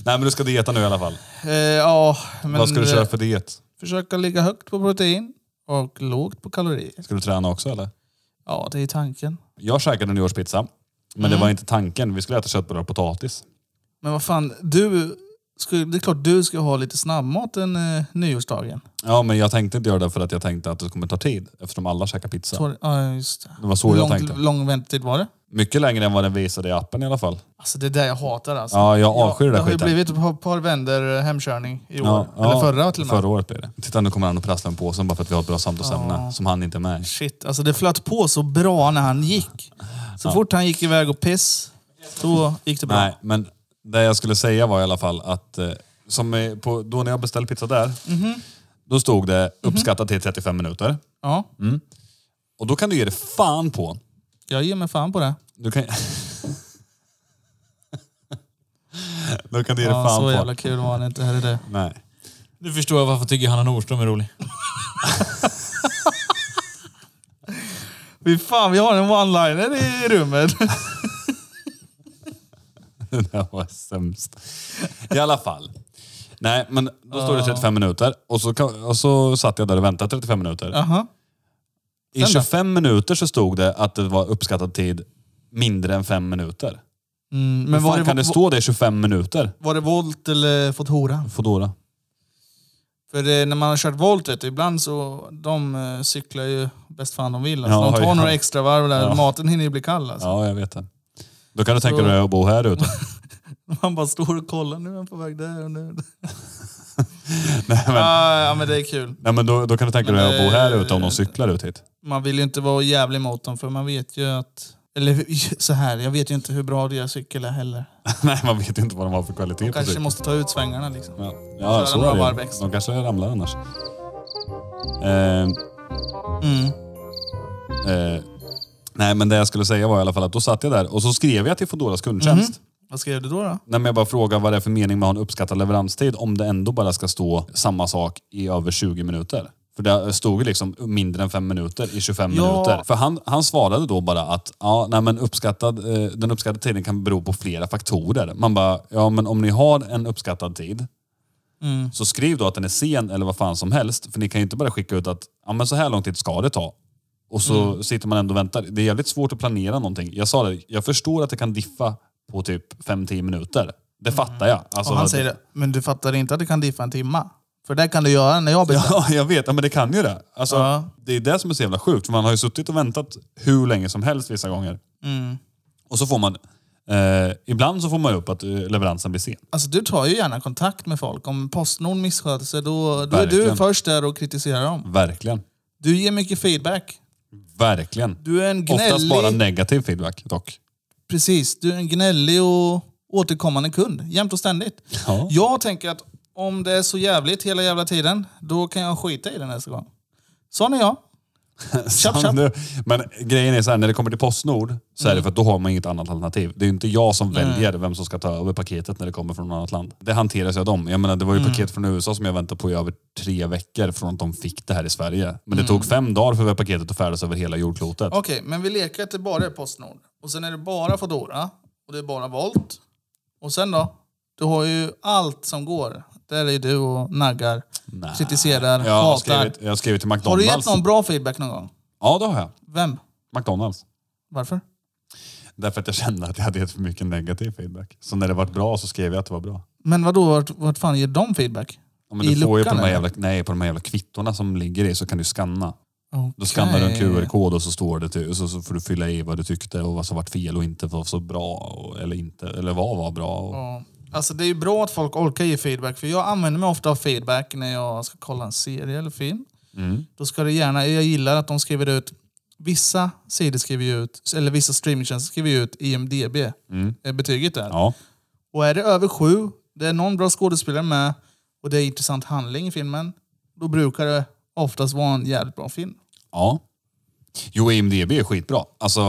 [SPEAKER 3] Nej men du ska dieta nu i alla fall.
[SPEAKER 4] Eh, ja, men...
[SPEAKER 3] Vad ska du köra
[SPEAKER 4] eh,
[SPEAKER 3] för diet?
[SPEAKER 4] Försöka ligga högt på protein och lågt på kalorier.
[SPEAKER 3] Ska du träna också eller?
[SPEAKER 4] Ja, det är tanken.
[SPEAKER 3] Jag käkade nyårspizza. Men det
[SPEAKER 4] Mm.
[SPEAKER 3] var inte tanken. Vi skulle äta köttbullar och potatis.
[SPEAKER 4] Men vad fan, du... Ska, det är klart du ska ha lite snabbmat den eh, nyårsdagen.
[SPEAKER 3] Ja men jag tänkte inte göra det för att jag tänkte att det kommer ta tid. Eftersom alla käkar pizza.
[SPEAKER 4] Tor- Ja, just det.
[SPEAKER 3] Det var så
[SPEAKER 4] Hur
[SPEAKER 3] jag
[SPEAKER 4] lång,
[SPEAKER 3] tänkte.
[SPEAKER 4] lång väntetid var det?
[SPEAKER 3] Mycket längre än vad den visade i appen i alla fall.
[SPEAKER 4] Alltså det är det jag hatar alltså.
[SPEAKER 3] Ja, jag avskyr det
[SPEAKER 4] Det
[SPEAKER 3] där
[SPEAKER 4] har ju
[SPEAKER 3] skiten.
[SPEAKER 4] blivit ett par- par vänder eh, hemkörning i år.
[SPEAKER 3] Ja,
[SPEAKER 4] Eller
[SPEAKER 3] ja,
[SPEAKER 4] förra till och med.
[SPEAKER 3] Förra året blev det. Titta nu kommer han och prasslar en påsen bara för att vi har ett bra samtalsämne som han inte är med i.
[SPEAKER 4] Shit, alltså det flöt på så bra när han gick. Så fort han gick iväg och piss, då gick det bra.
[SPEAKER 3] Nej, men det jag skulle säga var i alla fall att eh, som eh, på, då när jag beställde pizza där,
[SPEAKER 4] Mhm.
[SPEAKER 3] då stod det uppskattat till 35 minuter.
[SPEAKER 4] Ja,
[SPEAKER 3] Och då kan du ge det fan på.
[SPEAKER 4] jag ger mig fan på det.
[SPEAKER 3] Du kan... då kan du ge det
[SPEAKER 4] Ja,
[SPEAKER 3] fan
[SPEAKER 4] så
[SPEAKER 3] på.
[SPEAKER 4] jävla kul var han inte. Här är det.
[SPEAKER 3] Nej.
[SPEAKER 1] Nu förstår jag varför tycker Hanna Nordström är rolig.
[SPEAKER 4] Fy fan, vi har en one-liner i rummet.
[SPEAKER 3] Det där var sämst. I alla fall. Nej, men då stod det 35 minuter och så, kan- och så satt jag där och väntade 35 minuter.
[SPEAKER 4] Aha.
[SPEAKER 3] I
[SPEAKER 4] Sen då?
[SPEAKER 3] 25 minuter så stod det att det var uppskattad tid mindre än 5 minuter.
[SPEAKER 4] Mm, men
[SPEAKER 3] Men
[SPEAKER 4] var
[SPEAKER 3] var
[SPEAKER 4] det,
[SPEAKER 3] kan det stå det i 25 minuter?
[SPEAKER 4] var det volt eller fått hora?
[SPEAKER 3] Foodora.
[SPEAKER 4] För eh, när man har kört volt, vet du, ibland så de eh, cyklar ju bäst fan de vill. Alltså,
[SPEAKER 3] Ja,
[SPEAKER 4] de tar
[SPEAKER 3] ja.
[SPEAKER 4] några extra varv där.
[SPEAKER 3] Ja.
[SPEAKER 4] Maten hinner ju bli kall. Alltså.
[SPEAKER 3] Ja, jag vet det. Då kan du tänka dig att bo här ute.
[SPEAKER 4] Man bara står och kollar, nu är han på väg där och nu.
[SPEAKER 3] nej, men,
[SPEAKER 4] Ja, ja, men det är kul.
[SPEAKER 3] nej, men då, då kan du tänka dig att
[SPEAKER 4] Men,
[SPEAKER 3] bo här ute om
[SPEAKER 4] eh,
[SPEAKER 3] de cyklar ut hit.
[SPEAKER 4] Man vill ju inte vara jävlig mot dem för man vet ju att... Eller så här, jag vet ju inte hur bra deras cykel är heller.
[SPEAKER 3] nej, man vet inte vad de har för kvalitet
[SPEAKER 4] De
[SPEAKER 3] på
[SPEAKER 4] kanske
[SPEAKER 3] cykeln.
[SPEAKER 4] måste ta ut svängarna liksom.
[SPEAKER 3] Ja, ja
[SPEAKER 4] köra
[SPEAKER 3] så
[SPEAKER 4] några
[SPEAKER 3] är
[SPEAKER 4] varv
[SPEAKER 3] det ju.
[SPEAKER 4] extra.
[SPEAKER 3] De kanske ramlar annars. Eh,
[SPEAKER 4] Mm.
[SPEAKER 3] Eh, nej, men det jag skulle säga var i alla fall att då satt jag där och så skrev jag till Foodoras kundtjänst.
[SPEAKER 4] Vad skrev du då? då?
[SPEAKER 3] När jag bara frågade vad det är för mening med att ha en uppskattad leveranstid om det ändå bara ska stå samma sak i över 20 minuter. För det stod ju liksom mindre än 5 minuter i 25
[SPEAKER 4] Ja.
[SPEAKER 3] minuter. För han, han svarade då bara att ja, nej, men uppskattad, eh, den uppskattade tiden kan bero på flera faktorer. Man bara, ja men om ni har en uppskattad tid så skriv då att den är sen eller vad fan som helst. För ni kan ju inte bara skicka ut att ja, men så här lång tid ska det ta. Och så
[SPEAKER 4] Mm.
[SPEAKER 3] sitter man ändå och väntar. Det är jävligt svårt att planera någonting. Jag sa det, jag förstår att det kan diffa på typ 5-10 minuter. Det fattar jag. Alltså,
[SPEAKER 4] Mm. Och han
[SPEAKER 3] att-
[SPEAKER 4] säger det. Men du fattar inte att det kan diffa en timma? För det kan du göra när jag beställer.
[SPEAKER 3] Ja, jag vet. Ja, men det kan ju det. Alltså,
[SPEAKER 4] Ja.
[SPEAKER 3] Det är det som är så jävla sjukt. För man har ju suttit och väntat hur länge som helst vissa gånger.
[SPEAKER 4] Mm.
[SPEAKER 3] Och så får man... Eh, ibland så får man upp att eh, leveransen blir sen.
[SPEAKER 4] Alltså du tar ju gärna kontakt med folk. Om Postnord missköter sig, då, då är du
[SPEAKER 3] Verkligen.
[SPEAKER 4] först där och kritiserar dem.
[SPEAKER 3] Verkligen.
[SPEAKER 4] Du ger mycket feedback.
[SPEAKER 3] Verkligen.
[SPEAKER 4] Du är en
[SPEAKER 3] Oftast bara
[SPEAKER 4] gnällig...
[SPEAKER 3] negativ feedback dock.
[SPEAKER 4] Precis, du är en gnällig och återkommande kund. Jämt och ständigt.
[SPEAKER 3] Ja.
[SPEAKER 4] Jag tänker att om det är så jävligt hela jävla tiden, då kan jag skita i det nästa gång. Sån är jag. Tjapp, Mm. tjapp.
[SPEAKER 3] Nu. Men grejen är så här, när det kommer till Postnord så är det för att då har man inget annat alternativ. Det är ju inte jag som väljer vem som ska ta över paketet när det kommer från något annat land. Det hanteras ju av dem. Jag menar, det var
[SPEAKER 4] Mm.
[SPEAKER 3] ju paket från USA som jag väntade på i över tre veckor från att de fick det här i Sverige. Men
[SPEAKER 4] Mm.
[SPEAKER 3] det tog fem dagar för paketet att färdas över hela jordklotet.
[SPEAKER 4] Okej, men vi leker att det bara är Postnord. Och sen är det bara Foodora och det är bara Volt. Och sen då? Du har ju allt som går. Där är ju du och naggar, kritiserar,
[SPEAKER 3] Jag har,
[SPEAKER 4] hatar.
[SPEAKER 3] skrivit, jag har skrivit till
[SPEAKER 4] Har du gett
[SPEAKER 3] McDonalds.
[SPEAKER 4] någon bra feedback någon gång?
[SPEAKER 3] Ja, det har jag.
[SPEAKER 4] Vem?
[SPEAKER 3] McDonalds.
[SPEAKER 4] Varför?
[SPEAKER 3] Därför att jag kände att jag hade gett för mycket negativ feedback. Så när det var bra så skrev jag att det var bra.
[SPEAKER 4] Men vadå, vart, vart fan ger de feedback?
[SPEAKER 3] Ja, men
[SPEAKER 4] I
[SPEAKER 3] du får ju på
[SPEAKER 4] luckan,
[SPEAKER 3] de, här
[SPEAKER 4] eller?
[SPEAKER 3] jävla, nej, på de här jävla kvittorna som ligger i så kan du skanna. Då
[SPEAKER 4] Okej.
[SPEAKER 3] skannar du en QR-kod och så, står det till, så, så får du fylla i vad du tyckte och vad som varit fel och inte var så bra och, eller inte. Eller vad var bra. Och,
[SPEAKER 4] Ja. Alltså det är ju bra att folk orkar ge feedback, för jag använder mig ofta av feedback när jag ska kolla en serie eller film. Då ska det gärna, jag gillar att de skriver ut, vissa sidor skriver ju ut, eller vissa streamingtjänster skriver ju ut IMDB, eh, betyget där.
[SPEAKER 3] Ja.
[SPEAKER 4] Och är det över sju, det är någon bra skådespelare med och det är intressant handling i filmen, då brukar det oftast vara en jävligt bra film.
[SPEAKER 3] ja. Jo, IMDB är skitbra. Alltså,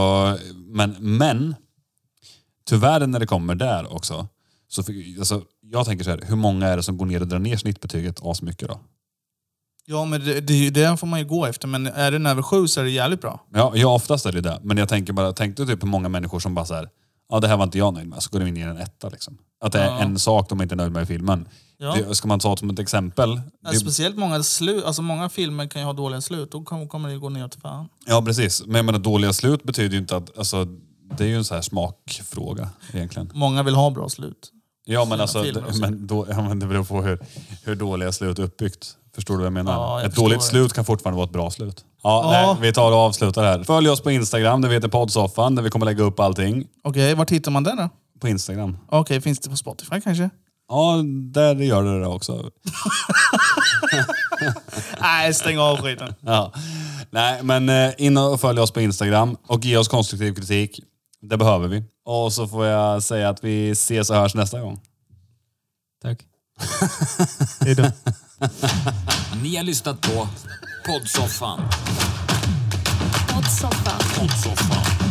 [SPEAKER 3] men, men tyvärr när det kommer där också. Så, fick- alltså, jag tänker så här, hur många är det som går ner och drar ner snittbetyget asmycket då?
[SPEAKER 4] Ja, men det, det, är ju- det får man ju gå efter, men är den över sju så är det jävligt bra.
[SPEAKER 3] Ja, ja oftast är det det. Men jag tänker bara, tänk dig typ hur många människor som bara så här, ja det här var inte jag nöjd med, så går de in i en etta liksom. Att det är en sak de inte är nöjda med i filmen.
[SPEAKER 4] Ja.
[SPEAKER 3] Det, ska man ta som ett exempel?
[SPEAKER 4] Ja,
[SPEAKER 3] det,
[SPEAKER 4] Alltså, Speciellt många slut, alltså många filmer kan ju ha dåliga slut, då kom- kommer det ju gå ner till fan.
[SPEAKER 3] ja, precis. Men jag menar, dåliga slut betyder ju inte att, alltså, det är ju en så här smakfråga egentligen.
[SPEAKER 4] Många vill ha bra slut.
[SPEAKER 3] Ja, men alltså,
[SPEAKER 4] filmer och
[SPEAKER 3] det,
[SPEAKER 4] så.
[SPEAKER 3] men då, ja, men det beror på hur, hur dåliga slut är uppbyggt. Förstår du vad jag menar?
[SPEAKER 4] Ja, jag
[SPEAKER 3] ett dåligt
[SPEAKER 4] förstår.
[SPEAKER 3] slut kan fortfarande vara ett bra slut. Ja,
[SPEAKER 4] Ja.
[SPEAKER 3] Nej, vi tar och avslutar här. Följ oss på Instagram, det heter poddsoffan, där vi kommer lägga upp allting.
[SPEAKER 4] Okej, vart hittar man den då?
[SPEAKER 3] På Instagram.
[SPEAKER 4] Okej, finns det på Spotify kanske?
[SPEAKER 3] Ja, där gör det det också.
[SPEAKER 4] Nej, stäng av skiten.
[SPEAKER 3] Ja. Nej, men eh, in och följ oss på Instagram och ge oss konstruktiv kritik. Det behöver vi. Och så får jag säga att vi ses och hörs nästa gång.
[SPEAKER 1] Tack.
[SPEAKER 4] Hejdå.
[SPEAKER 1] Ni har lyssnat på Poddsoffan.
[SPEAKER 5] Poddsoffan.
[SPEAKER 1] Poddsoffan.